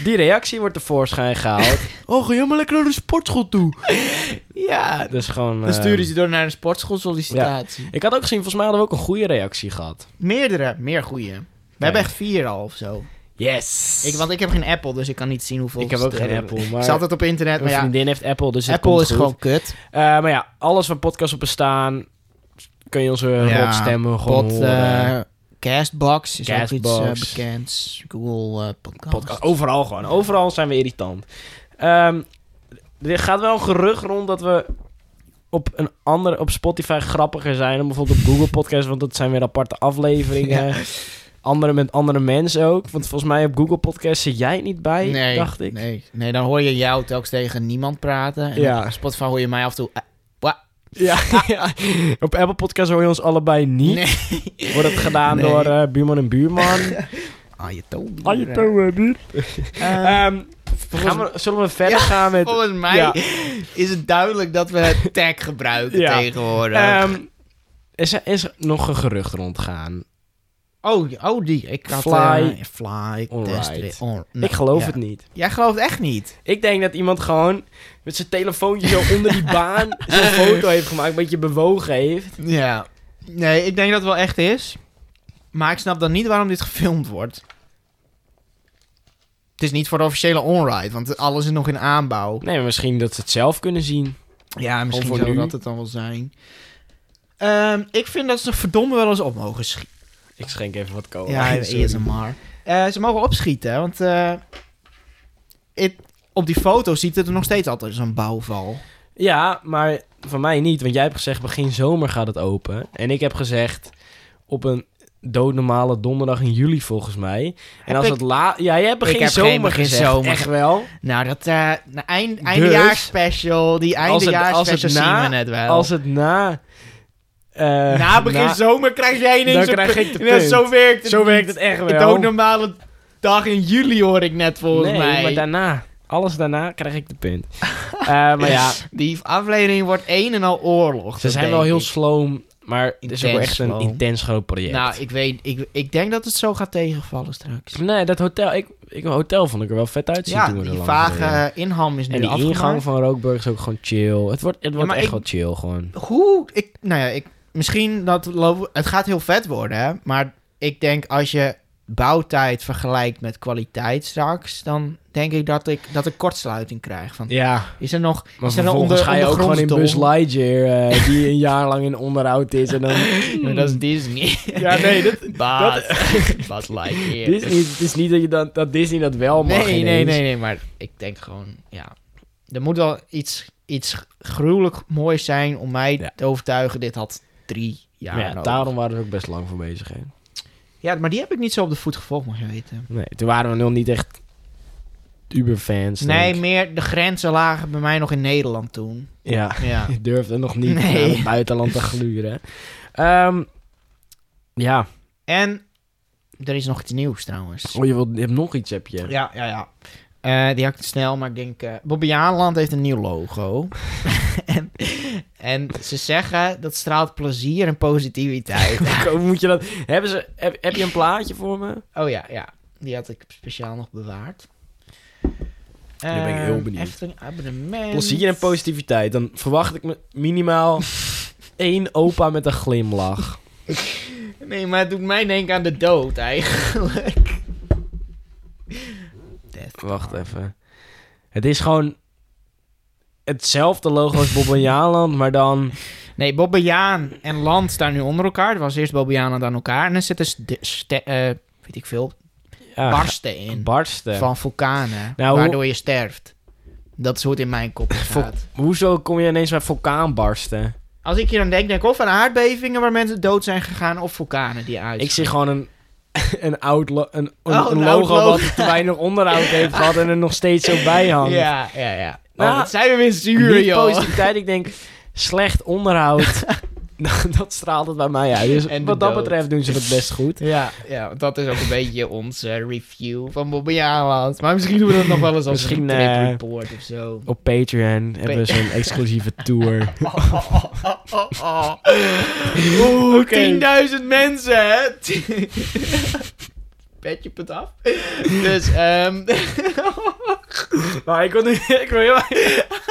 S1: Die reactie wordt tevoorschijn gehaald. Oh, ga jij maar lekker naar de sportschool toe.
S2: [LAUGHS] Ja.
S1: Dus gewoon...
S2: Dan sturen
S1: ehm,
S2: ze door naar een sportschool sollicitatie.
S1: Ik had ook gezien, volgens mij hadden we ook een goede reactie gehad.
S2: Meerdere, meer goeie. We hebben echt vier al of zo.
S1: Yes!
S2: Ik, want ik heb geen Apple, dus ik kan niet zien hoeveel
S1: Ik heb ook
S2: sterren
S1: geen
S2: we-
S1: Apple, maar...
S2: Ik zat het op internet, maar
S1: Mijn
S2: ja,
S1: vriendin heeft Apple, dus het
S2: Apple
S1: komt
S2: is
S1: goed.
S2: gewoon kut.
S1: Eh, maar ja, alles waar podcasts op bestaan, kun je onze
S2: Ja,
S1: rotstemmen gewoon
S2: Pod,
S1: horen.
S2: eh, Castbox is ook iets eh,
S1: Castbox.
S2: bekends. Google eh, podcast.
S1: podcast. Overal gewoon. Overal zijn we irritant. Ehm, er gaat wel een gerucht rond dat we op, een andere, op Spotify grappiger zijn dan bijvoorbeeld op Google Podcasts, want dat zijn weer aparte afleveringen. Andere met andere mensen ook. Want volgens mij op Google Podcasts zit jij niet bij,
S2: nee,
S1: dacht ik.
S2: Nee, nee, dan hoor je jou telkens tegen niemand praten. En
S1: Ja.
S2: op Spotify hoor je mij af en toe... eh,
S1: Ja, [LAUGHS] ja. Op Apple Podcasts hoor je ons allebei niet.
S2: nee.
S1: Wordt het gedaan
S2: Nee.
S1: door eh, buurman en buurman.
S2: [LAUGHS] Ah, je toon. Eh,
S1: Ehm, gaan we, zullen we verder gaan met...
S2: Volgens mij
S1: Ja.
S2: is het duidelijk dat we [LAUGHS] het tag gebruiken
S1: Ja.
S2: tegenwoordig.
S1: Ehm, is, er, is er nog een gerucht rondgaan?
S2: Nou, oh, oh, die. Ik had,
S1: Fly.
S2: eh, fly.
S1: Alright.
S2: test- on- nee,
S1: ik geloof
S2: ja.
S1: het niet.
S2: Jij gelooft echt niet.
S1: Ik denk dat iemand gewoon met zijn telefoontje zo onder die baan
S2: [LAUGHS]
S1: zo'n foto heeft gemaakt, een beetje bewogen heeft.
S2: Ja. Nee, ik denk dat het wel echt is. Maar ik snap dan niet waarom dit gefilmd wordt. Het is niet voor de officiële onride, want alles is nog in aanbouw.
S1: Nee, maar misschien dat ze het zelf kunnen zien.
S2: Ja, misschien
S1: voor
S2: zou
S1: nu.
S2: dat het dan wel zijn. Ehm, ik vind dat ze verdomme wel eens op mogen schieten.
S1: Ik schenk even wat cola.
S2: Ja,
S1: Sorry.
S2: ASMR. Eh ze mogen opschieten, hè, want eh, het- op die foto ziet het er nog steeds altijd zo'n bouwval.
S1: Ja, maar van mij niet, want jij hebt gezegd begin zomer gaat het open. En ik heb gezegd op een doodnormale donderdag in juli volgens mij. En
S2: Heb
S1: als
S2: ik-
S1: het la... Ja, jij hebt begin
S2: heb geen
S1: zomer
S2: begin
S1: gezegd.
S2: zomer
S1: Echt wel.
S2: Nou, dat eh na- eind, eindejaarsspecial, die
S1: Als het- als het
S2: eindejaarsspecial
S1: na-
S2: zien we net wel.
S1: Als het na... eh,
S2: [LAUGHS] na begin
S1: na-
S2: zomer krijg jij ineens
S1: Dan
S2: een
S1: krijg
S2: pu-
S1: ik de
S2: Ja,
S1: punt.
S2: Zo werkt het
S1: Zo
S2: niet.
S1: werkt het echt
S2: Het
S1: wel.
S2: ook normale dag in juli hoor ik net volgens
S1: nee,
S2: mij.
S1: maar daarna. Alles daarna krijg ik de
S2: [LAUGHS]
S1: punt. Eh, maar ja,
S2: Die aflevering wordt een en al oorlog.
S1: ze
S2: dat
S1: zijn
S2: denk
S1: wel heel
S2: ik.
S1: sloom, maar het is ook wel
S2: Intens
S1: echt een
S2: sloom.
S1: intens groot project.
S2: Nou, ik weet, ik, ik denk dat het zo gaat tegenvallen straks.
S1: nee, dat hotel, ik, ik, hotel vond ik er wel vet uitzien
S2: Ja,
S1: toen we er
S2: die
S1: langs
S2: vage
S1: reden.
S2: eh, inham is nu
S1: En die
S2: afgemaakt.
S1: ingang van Rookburg is ook gewoon chill. Het wordt, het wordt
S2: maar
S1: echt
S2: ik-
S1: wel chill gewoon.
S2: Hoe? Ik, nou ja, ik, misschien dat lo- het gaat heel vet worden, hè? maar ik denk als je bouwtijd vergelijkt met kwaliteit straks, dan denk ik dat ik dat ik kortsluiting krijg. Van,
S1: Ja,
S2: Is er nog? [LAUGHS]
S1: maar
S2: Is er een
S1: vervolgens
S2: onder-
S1: ga je ook gewoon in Buzz
S2: ondergronds dol?
S1: Lightyear, eh, die een jaar lang in onderhoud is
S2: [LAUGHS]
S1: en dan...
S2: Maar dat is Disney.
S1: Hmm. Ja, nee, [LAUGHS] dat,
S2: [LAUGHS] Bas, [LAUGHS] Bas Lightyear.
S1: dit is niet, het is niet dat, je dat, dat Disney dat wel mag
S2: nee, nee, nee,
S1: ineens.
S2: nee, maar ik denk gewoon, ja, er moet wel iets, iets gruwelijk moois zijn om mij
S1: Ja.
S2: te overtuigen. Dit had drie jaar.
S1: Maar ja,
S2: nodig.
S1: daarom waren we er ook best lang voor bezig, hè.
S2: ja, maar die heb ik niet zo op de voet gevolgd, mag je weten.
S1: Nee, toen waren we nog niet echt uberfans. denk
S2: Nee,
S1: ik.
S2: meer de grenzen lagen bij mij nog in Nederland toen.
S1: Ja, [LAUGHS]
S2: Ja.
S1: je durfde nog niet eh,
S2: Nee.
S1: naar het buitenland te gluren. Ehm, ja,
S2: En er is nog iets nieuws trouwens.
S1: Oh, je, wilt, je hebt nog iets, heb [LAUGHS] je.
S2: Ja, ja, ja. Eh, die had ik te snel, maar ik denk... eh Bobby Aanland heeft een nieuw
S1: [LAUGHS]
S2: logo. [LAUGHS] en, en ze zeggen dat straalt plezier en
S1: [LAUGHS]
S2: positiviteit.
S1: Hoe moet je dat... Hebben ze, heb, heb je een plaatje voor me?
S2: oh ja, ja. Die had ik speciaal nog bewaard. Nu
S1: ben ik heel benieuwd.
S2: Echt een abonnement.
S1: Plezier en positiviteit. Dan verwacht ik me
S2: [LAUGHS]
S1: minimaal één opa met een glimlach.
S2: Nee, maar het doet mij denken aan de dood eigenlijk. Death
S1: Wacht
S2: Car.
S1: even. Het is gewoon hetzelfde logo als Bob en Jaland, maar dan...
S2: Nee, Bobbejaan en Land staan nu onder elkaar. Er was eerst Bobbejaan en dan elkaar. En er zitten ste- ste- eh, weet ik veel,
S1: Ja,
S2: barsten in
S1: Ah, barsten.
S2: van vulkanen.
S1: Nou, hoe-
S2: waardoor je sterft. Dat is hoe het in
S1: [LAUGHS]
S2: mijn kop gaat.
S1: Hoezo kom je ineens bij vulkaanbarsten?
S2: Als ik hier aan denk, denk ik of aan aardbevingen waar mensen dood zijn gegaan... of vulkanen die uit.
S1: Ik zie gewoon een, [LAUGHS] een oud lo- een, een,
S2: Oh, een
S1: een
S2: oud
S1: logo
S2: logo.
S1: wat te weinig onderhoud
S2: [LAUGHS]
S1: heeft gehad en er nog steeds zo bij hangt.
S2: Ja, ja, ja. Oh,
S1: Nou,
S2: wat zijn we weer zuur,
S1: Niet
S2: joh.
S1: positiviteit, ik denk slecht
S2: [LAUGHS]
S1: onderhoud. dat, dat straalt het bij mij uit. Dus
S2: En de
S1: wat dat
S2: dood.
S1: betreft doen ze het best goed.
S2: Ja, ja, want dat is ook een beetje onze review van Bobbejaanland. Maar misschien doen we dat nog wel eens als
S1: Misschien,
S2: een trip
S1: eh,
S2: report of
S1: [LAUGHS]
S2: zo.
S1: Op Patreon hebben we
S2: [LAUGHS]
S1: zo'n exclusieve tour.
S2: Oh, oh, oh, oh, oh. Oeh,
S1: Oké.
S2: 10.000 mensen, hè? [LAUGHS] Petje put af. Dus, ehm
S1: Maar Nou, ik wil nu... [LAUGHS] Ik wil heel,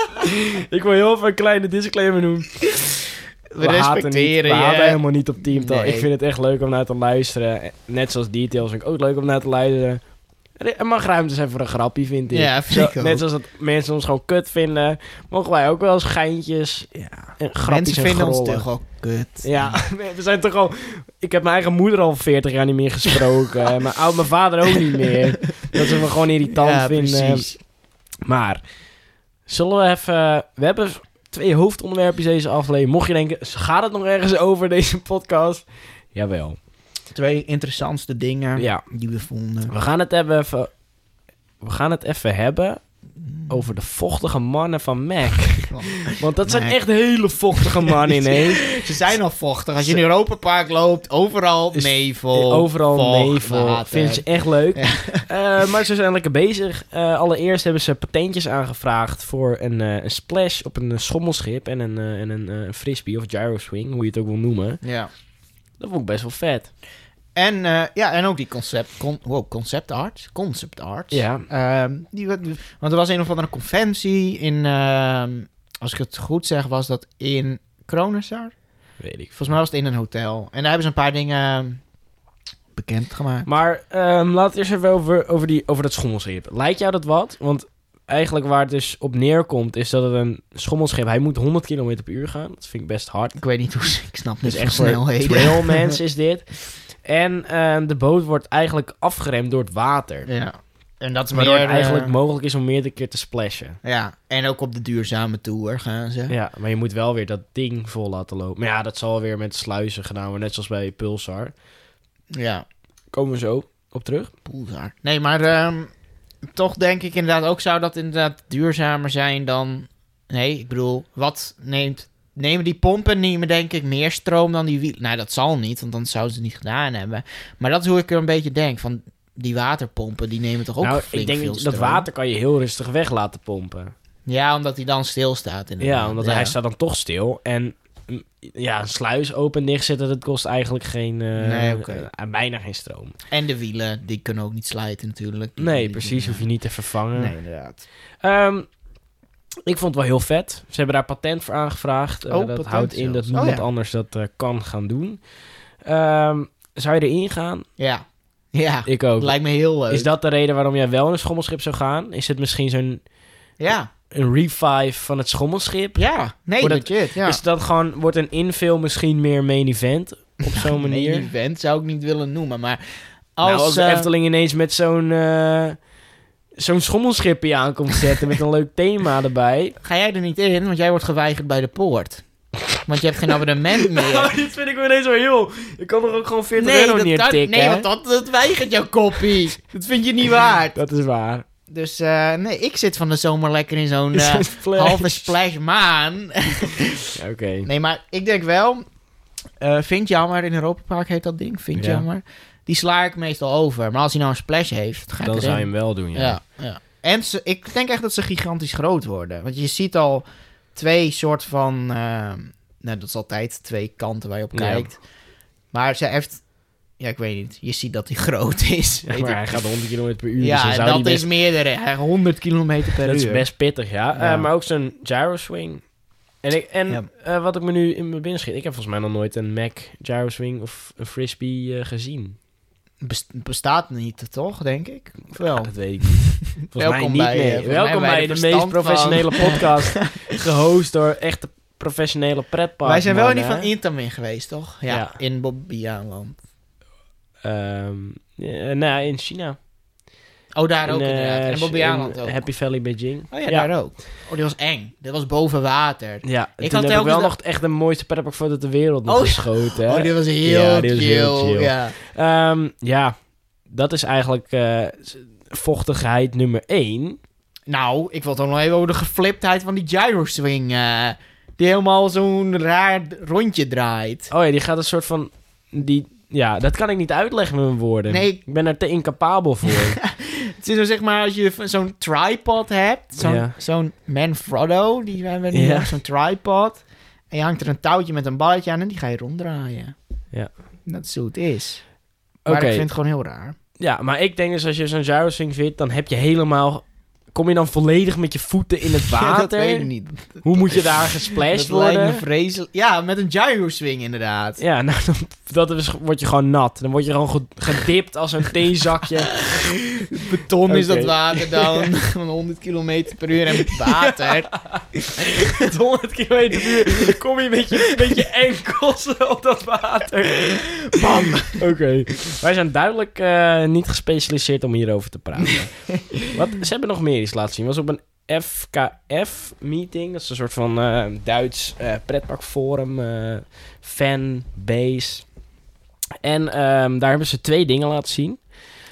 S1: [LAUGHS] ik wil heel even een kleine disclaimer doen.
S2: we
S1: haten, niet, we
S2: respecteren
S1: haten
S2: je.
S1: helemaal niet op teamtal.
S2: Nee.
S1: Ik vind het echt leuk om naar te luisteren. Net zoals details vind ik ook leuk om naar te luisteren. Er er mag ruimte zijn voor een grapje, vind ik.
S2: Ja, vind ik ook.
S1: Net zoals dat mensen ons gewoon kut vinden, mogen wij ook wel eens geintjes
S2: [LAUGHS] Ja.
S1: en grapjes
S2: Mensen
S1: en
S2: vinden ons
S1: grollen.
S2: toch ook kut.
S1: Ja, [LAUGHS] we zijn toch al... Ik heb mijn eigen moeder al 40 jaar niet meer gesproken.
S2: [LAUGHS]
S1: En mijn, oud, mijn vader ook niet meer. Dat ze me gewoon irritant
S2: Ja,
S1: vinden.
S2: precies.
S1: Maar, zullen we even... We hebben twee hoofdonderwerpen deze aflevering. Mocht je denken, gaat het nog ergens over deze podcast? Jawel.
S2: Twee interessantste dingen
S1: Ja,
S2: die we vonden.
S1: we gaan het hebben even... We gaan het even hebben over de vochtige mannen van Mac.
S2: [LAUGHS]
S1: Want dat zijn
S2: Mac.
S1: echt hele vochtige mannen ineens.
S2: Ze zijn al vochtig. Als je in Europa Park loopt, overal
S1: Is-
S2: nevel.
S1: Overal
S2: vocht,
S1: nevel.
S2: water.
S1: Vind ze echt leuk. [LAUGHS] Eh, maar ze zijn lekker bezig. Eh, allereerst hebben ze patentjes aangevraagd voor een, eh, een splash op een eh, schommelschip en een, eh, en een eh, frisbee of gyroswing, hoe je het ook wil noemen.
S2: Ja.
S1: Dat vond ik best wel vet.
S2: En, eh, ja, en ook die concept, con, wow, concept art. Concept art.
S1: Ja.
S2: Ehm, die, wat- want er was een of andere conventie in, ehm, als ik het goed zeg, was dat in Kronosar.
S1: Weet ik.
S2: Volgens mij was het in een hotel. En daar hebben ze een paar dingen ehm, bekendgemaakt.
S1: Maar ehm laten we eerst even over, over, die, over dat schommelschip. Lijkt jou dat wat? Want eigenlijk waar het dus op neerkomt is dat het een schommelschip... Hij moet 100 km per uur gaan. Dat vind ik best hard.
S2: Ik weet niet hoe ze, ik snap
S1: Dus
S2: niet
S1: echt
S2: echt
S1: voor [LAUGHS]
S2: snelheden. [LAUGHS]
S1: trailmens is dit. En ehm, de boot wordt eigenlijk afgeremd door het water.
S2: Ja. En dat is
S1: Waardoor
S2: meer,
S1: het eigenlijk
S2: eh,
S1: mogelijk is om meerdere keer te splashen.
S2: ja. En ook op de duurzame tour gaan ze.
S1: Ja, maar je moet wel weer dat ding vol laten lopen. Maar ja, dat zal weer met sluizen gedaan worden, net zoals bij Pulsar.
S2: ja.
S1: Komen we zo op terug.
S2: Poelzaar. Nee, maar ehm, toch denk ik inderdaad ook zou dat inderdaad duurzamer zijn dan... Nee, ik bedoel, wat neemt... Nemen die pompen nemen denk ik meer stroom dan die wielen? Nou, dat zal niet, want dan zouden ze het niet gedaan hebben. Maar dat is hoe ik er een beetje denk, van die waterpompen, die nemen toch ook
S1: nou,
S2: flink
S1: ik denk
S2: veel
S1: dat, dat
S2: stroom?
S1: water kan je heel rustig weg laten pompen.
S2: Ja, omdat die dan stilstaat
S1: Ja,
S2: inderdaad.
S1: omdat hij staat dan toch stil. En mm, ja, een sluis open en dichtzetten, dat kost eigenlijk geen... eh,
S2: Nee, oké.
S1: eh, bijna geen stroom.
S2: En de wielen, die kunnen ook niet slijten natuurlijk. Die-
S1: Nee,
S2: die-
S1: precies, hoef je niet te vervangen.
S2: Nee, inderdaad.
S1: Ehm, ik vond het wel heel vet. Ze hebben daar patent voor aangevraagd. Eh,
S2: Oh,
S1: dat
S2: patent
S1: houdt in dat
S2: zelfs. Oh,
S1: niemand
S2: ja.
S1: anders dat eh, kan gaan doen. Ehm, zou je erin gaan?
S2: Ja, ja.
S1: Ik ook.
S2: Lijkt me heel leuk.
S1: Is dat de reden waarom jij wel in een schommelschip zou gaan? Is het misschien zo'n
S2: Ja,
S1: een revive van het schommelschip?
S2: ja. Nee,
S1: Wordt het-
S2: legit, ja.
S1: Is dat gewoon, wordt een infill misschien meer main event? Op [LAUGHS] zo'n manier?
S2: Een event zou ik niet willen noemen, maar als...
S1: Nou, als de
S2: eh,
S1: Efteling ineens met zo'n eh zo'n schommelschip hier aan komt zetten met een [LAUGHS] leuk thema erbij.
S2: Ga jij er niet in, want jij wordt geweigerd bij de poort. Want je hebt geen abonnement meer.
S1: dit Oh, vind ik wel ineens wel heel... Ik kan er ook gewoon 40 euro
S2: dat, kan-
S1: neertikken.
S2: nee want dat, dat weigert jouw koppie. Dat vind je niet waard.
S1: Dat is waar.
S2: Dus eh, nee, ik zit van de zomer lekker in
S1: [LAUGHS]
S2: zo'n eh, halve splash maan. [LAUGHS]
S1: Oké.
S2: Nee, maar ik denk wel... eh vind jammer, in Europa Park heet dat ding, vind
S1: Ja.
S2: jammer. die sla ik meestal over. Maar als hij nou een splash heeft, ga ik
S1: Dan
S2: erin.
S1: zou je hem wel doen, ja.
S2: Ja, ja. En ze, ik denk echt dat ze gigantisch groot worden. Want je ziet al twee soort van... ehm, nou, dat is altijd twee kanten waar je op
S1: Ja.
S2: kijkt. Maar ze heeft... Ja, ik weet niet. Je ziet dat hij [LAUGHS] groot is.
S1: Ja,
S2: weet
S1: maar
S2: ik.
S1: hij gaat 100 km per uur. dus
S2: ja
S1: dan zou
S2: dat
S1: die best-
S2: is meerdere. Hij 100 kilometer per
S1: dat
S2: uur.
S1: is best pittig, ja.
S2: Ja.
S1: Eh, maar ook zo'n gyroswing. En, ik, en
S2: Ja.
S1: eh, wat ik me nu in mijn binnen schiet... Ik heb volgens mij nog nooit een Mac gyroswing of een frisbee eh, gezien.
S2: Bes- bestaat niet, toch? Denk ik. Of wel?
S1: Ah, dat weet ik niet. [LAUGHS] Volgens mij
S2: Welkom
S1: niet,
S2: bij, eh,
S1: nee.
S2: volgens mij
S1: Welkom
S2: bij
S1: bij
S2: de
S1: de,
S2: verstand
S1: meest
S2: van- [LAUGHS]
S1: professionele podcast. gehost door echte professionele pretpark.
S2: Wij zijn wel in die
S1: mannen,
S2: van
S1: hè.
S2: Intamin geweest, toch? Ja,
S1: Ja.
S2: in Bobbiaanland.
S1: Ehm, ja, nou, in China.
S2: Oh, daar ook
S1: in, eh,
S2: inderdaad. En Bobbiaanland
S1: in
S2: ook.
S1: Happy Valley, Beijing.
S2: Oh ja, daar ook. Oh, die was eng. Dit was boven water.
S1: Ja, en
S2: Ik
S1: toen heb
S2: had
S1: ik
S2: telkens
S1: wel
S2: dat-
S1: nog echt de mooiste pretpark voor dat de wereld nog
S2: Oh.
S1: geschoten. Hè?
S2: Oh, dit was heel,
S1: Ja,
S2: chill.
S1: dit was heel chill.
S2: Ja.
S1: Ehm, ja, dat is eigenlijk eh, vochtigheid nummer één.
S2: Nou, ik wil het ook nog even over de gefliptheid van die gyroswing. eh, die helemaal zo'n raar d- rondje draait.
S1: Oh ja, die gaat een soort van... Die, ja, dat kan ik niet uitleggen met mijn woorden.
S2: Nee.
S1: Ik ben er te incapabel voor.
S2: [LAUGHS] Het is zo zeg maar als je v- zo'n tripod hebt. Zo'n
S1: Ja.
S2: zo'n Manfrotto, die hebben we nu.
S1: Ja.
S2: nog, Zo'n tripod. En je hangt er een touwtje met een balletje aan en die ga je ronddraaien.
S1: Ja.
S2: Dat is hoe het is.
S1: Oké,
S2: Maar ik vind het gewoon heel raar.
S1: ja, maar ik denk dus als je zo'n gyroswing zit, dan heb je helemaal... Kom je dan volledig met je voeten in het
S2: [LAUGHS] Ja,
S1: water?
S2: dat weet ik niet.
S1: Hoe moet je daar gesplashed
S2: dat lijkt me
S1: worden?
S2: vreselijk. Ja, met een gyro-swing inderdaad.
S1: Ja, [LAUGHS] nou, dan dat is, word je gewoon nat. Dan word je gewoon ge- gedipt als
S2: [LAUGHS]
S1: een theezakje.
S2: Beton is dat
S1: Oké.
S2: water
S1: [LAUGHS]
S2: dan. Van 100 km per uur en met water.
S1: Met 100 km per uur Dan kom je met je, met je enkels op dat water. Bam! Oké. Wij zijn duidelijk eh, niet gespecialiseerd om hierover te praten. [LAUGHS] Wat, ze hebben nog meer iets laten zien. was op een FKF-meeting. Dat is een soort van eh, Duits eh pretparkforum. eh fanbase. En ehm, daar hebben ze twee dingen laten zien.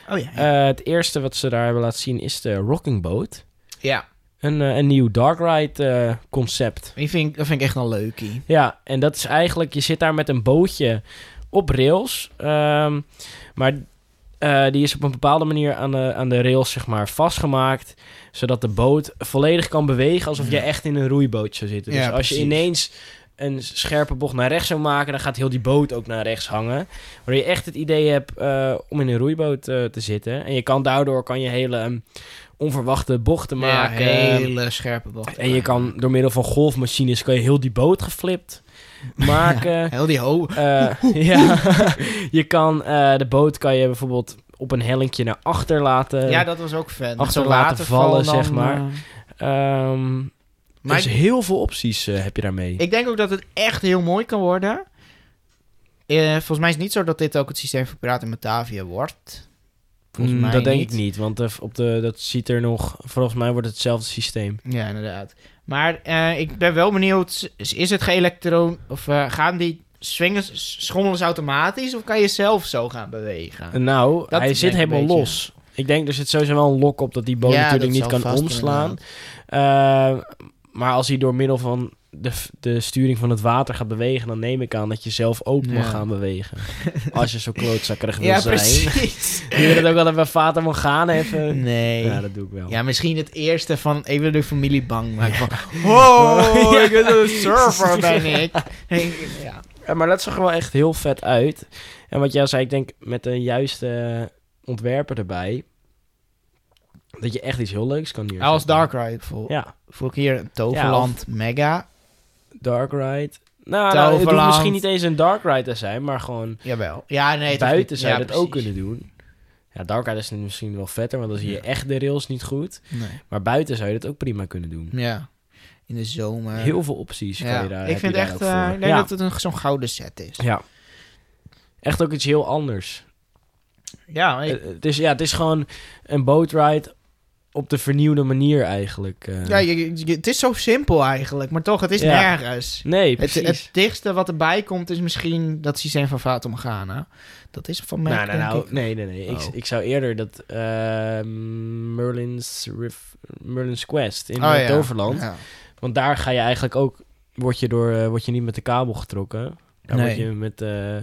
S2: Oh ja.
S1: Eh, het eerste wat ze daar hebben laten zien is de Rocking Boat.
S2: ja,
S1: Een, eh, een nieuw dark ride eh, concept.
S2: die vind ik, dat vind ik echt een leukie.
S1: Ja, en dat is eigenlijk... Je zit daar met een bootje op rails. ehm, maar eh, die is op een bepaalde manier aan de, aan de rails zeg maar, vastgemaakt. Zodat de boot volledig kan bewegen alsof je echt in een roeiboot zou zitten. Dus
S2: Ja,
S1: als je
S2: precies.
S1: ineens een scherpe bocht naar rechts zou maken... dan gaat heel die boot ook naar rechts hangen. Waardoor je echt het idee hebt eh, om in een roeiboot eh, te zitten. En je kan daardoor kan je hele ehm, onverwachte bochten maken.
S2: hele scherpe bocht.
S1: En je kan door middel van golfmachines kan je heel die boot
S2: [LAUGHS]
S1: geflipt maken.
S2: Heel die ho...
S1: Eh, ja, [LAUGHS] je kan eh, de boot kan je bijvoorbeeld op een hellinkje naar achter laten.
S2: ja, dat was ook vet. Met
S1: Eh, achter
S2: zo'n
S1: laten
S2: waterval
S1: vallen,
S2: dan,
S1: zeg maar.
S2: eh.
S1: Ehm,
S2: Maar
S1: dus
S2: ik,
S1: heel veel opties eh, heb je daarmee.
S2: ik denk ook dat het echt heel mooi kan worden. Eh, volgens mij is het niet zo dat dit ook het systeem voor Piraten Batavia wordt. Volgens
S1: Mm,
S2: mij
S1: dat denk
S2: niet.
S1: ik niet, want eh, op de, dat ziet er nog. Volgens mij wordt het hetzelfde systeem.
S2: Ja, inderdaad. Maar eh, ik ben wel benieuwd, is- is het geëlektroon... Of eh, gaan die swingers, schommels automatisch? Of kan je zelf zo gaan bewegen?
S1: En nou,
S2: Dat
S1: hij
S2: denk
S1: zit
S2: ik
S1: helemaal
S2: een beetje.
S1: los. Ik denk er zit sowieso wel een lok op dat die boot
S2: Ja,
S1: natuurlijk
S2: dat
S1: niet
S2: zal
S1: kan
S2: vast
S1: omslaan.
S2: inderdaad.
S1: Eh, maar als hij door middel van de, de sturing van het water gaat bewegen, dan neem ik aan dat je zelf ook
S2: Ja.
S1: mag gaan
S2: [LAUGHS]
S1: bewegen. als je zo klootzakkerig wil
S2: Ja,
S1: zijn.
S2: precies.
S1: Je [LAUGHS] wil het ook wel even bij Fata Morgana even.
S2: Nee.
S1: Ja,
S2: Ja,
S1: dat doe ik wel.
S2: misschien het eerste van... Ik wil de familie bang maken.
S1: [LAUGHS]
S2: Van, wow,
S1: Ja.
S2: ik ben
S1: [LAUGHS]
S2: een surfer, ben ik. ja.
S1: Eh, maar dat zag er wel echt heel vet uit. En wat jij al zei, ik denk met de juiste ontwerper erbij, dat je echt iets heel leuks kan neerzetten.
S2: Als Dark Ride voel,
S1: Ja,
S2: voel ik hier een toverland mega.
S1: Dark Ride. Nou, nou het hoeft
S2: Toverland.
S1: misschien niet eens een Dark Ride te zijn, maar gewoon
S2: Jawel. Ja, nee. het hoeft
S1: buiten
S2: niet-
S1: zou
S2: ja,
S1: je dat ook
S2: precies.
S1: kunnen doen. Ja, Dark Ride is misschien wel vetter, want dan zie je
S2: Ja.
S1: echt de rails niet goed. Maar buiten zou je dat ook prima kunnen doen.
S2: Nee. Ja. In de zomer.
S1: Heel veel opties kan je daar
S2: ik
S1: heb je
S2: vind
S1: daar
S2: echt,
S1: ook
S2: eh,
S1: voor.
S2: ik denk
S1: ja.
S2: dat het een, zo'n gouden set is.
S1: ja. Echt ook iets heel anders.
S2: Ja,
S1: Eh, Het is, ja, het is gewoon een boatride op de vernieuwde manier eigenlijk. eh.
S2: ja je- je- het is zo simpel eigenlijk, maar toch, het is
S1: Ja.
S2: nergens.
S1: nee,
S2: Het,
S1: precies.
S2: het dichtste wat erbij komt is misschien dat systeem van Fata Morgana. Dat is van mij,
S1: nou, nou,
S2: denk
S1: nou,
S2: ik.
S1: nee, nee, nee. Ik,
S2: Oh.
S1: ik zou eerder dat eh, Merlin's, Rif- Merlin's Quest in
S2: Oh,
S1: eh,
S2: ja.
S1: Toverland.
S2: Ja.
S1: Want daar ga je eigenlijk ook, word je, door, eh, word je niet met de kabel getrokken. Daar
S2: Nee.
S1: word je met, eh,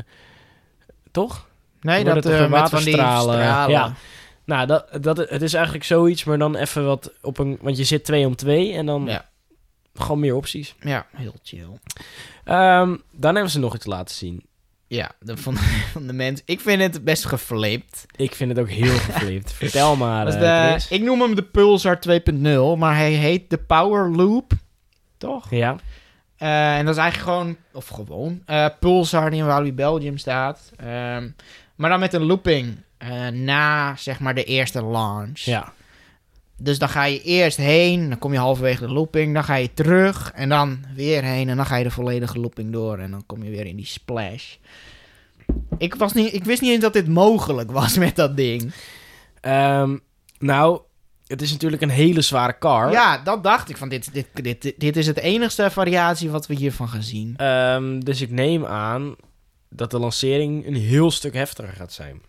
S1: toch?
S2: Nee,
S1: Wordt
S2: dat
S1: het
S2: eh met van die
S1: waterstralen.
S2: stralen.
S1: Ja. Nou, dat, dat, het is eigenlijk zoiets, maar dan even wat op een... Want je zit twee om twee en dan
S2: Ja.
S1: gewoon meer opties.
S2: Ja, heel chill.
S1: Ehm, dan hebben ze nog iets laten zien.
S2: Ja, de, van, van de [LAUGHS] mens. Ik vind het best geflipt.
S1: Ik vind het ook
S2: [LAUGHS]
S1: heel geflipt. Vertel maar,
S2: Dat is
S1: eh,
S2: de-
S1: Chris.
S2: ik noem hem de Pulsar 2.0, maar hij heet de Power Loop. Toch?
S1: Ja,
S2: Eh, en dat is eigenlijk gewoon, of gewoon, eh, Pulsar die in Walibi Belgium staat. Ehm, maar dan met een looping eh, na, zeg maar, de eerste launch.
S1: ja.
S2: Dus dan ga je eerst heen, dan kom je halverwege de looping, dan ga je terug en dan weer heen en dan ga je de volledige looping door en dan kom je weer in die splash. Ik, was niet, ik wist niet eens dat dit mogelijk was met dat ding.
S1: Ehm, nou, het is natuurlijk een hele zware car.
S2: Ja, dat dacht ik van dit, dit, dit, dit, dit is het enigste variatie wat we hiervan gaan zien.
S1: Ehm, dus ik neem aan dat de lancering een heel stuk heftiger gaat zijn.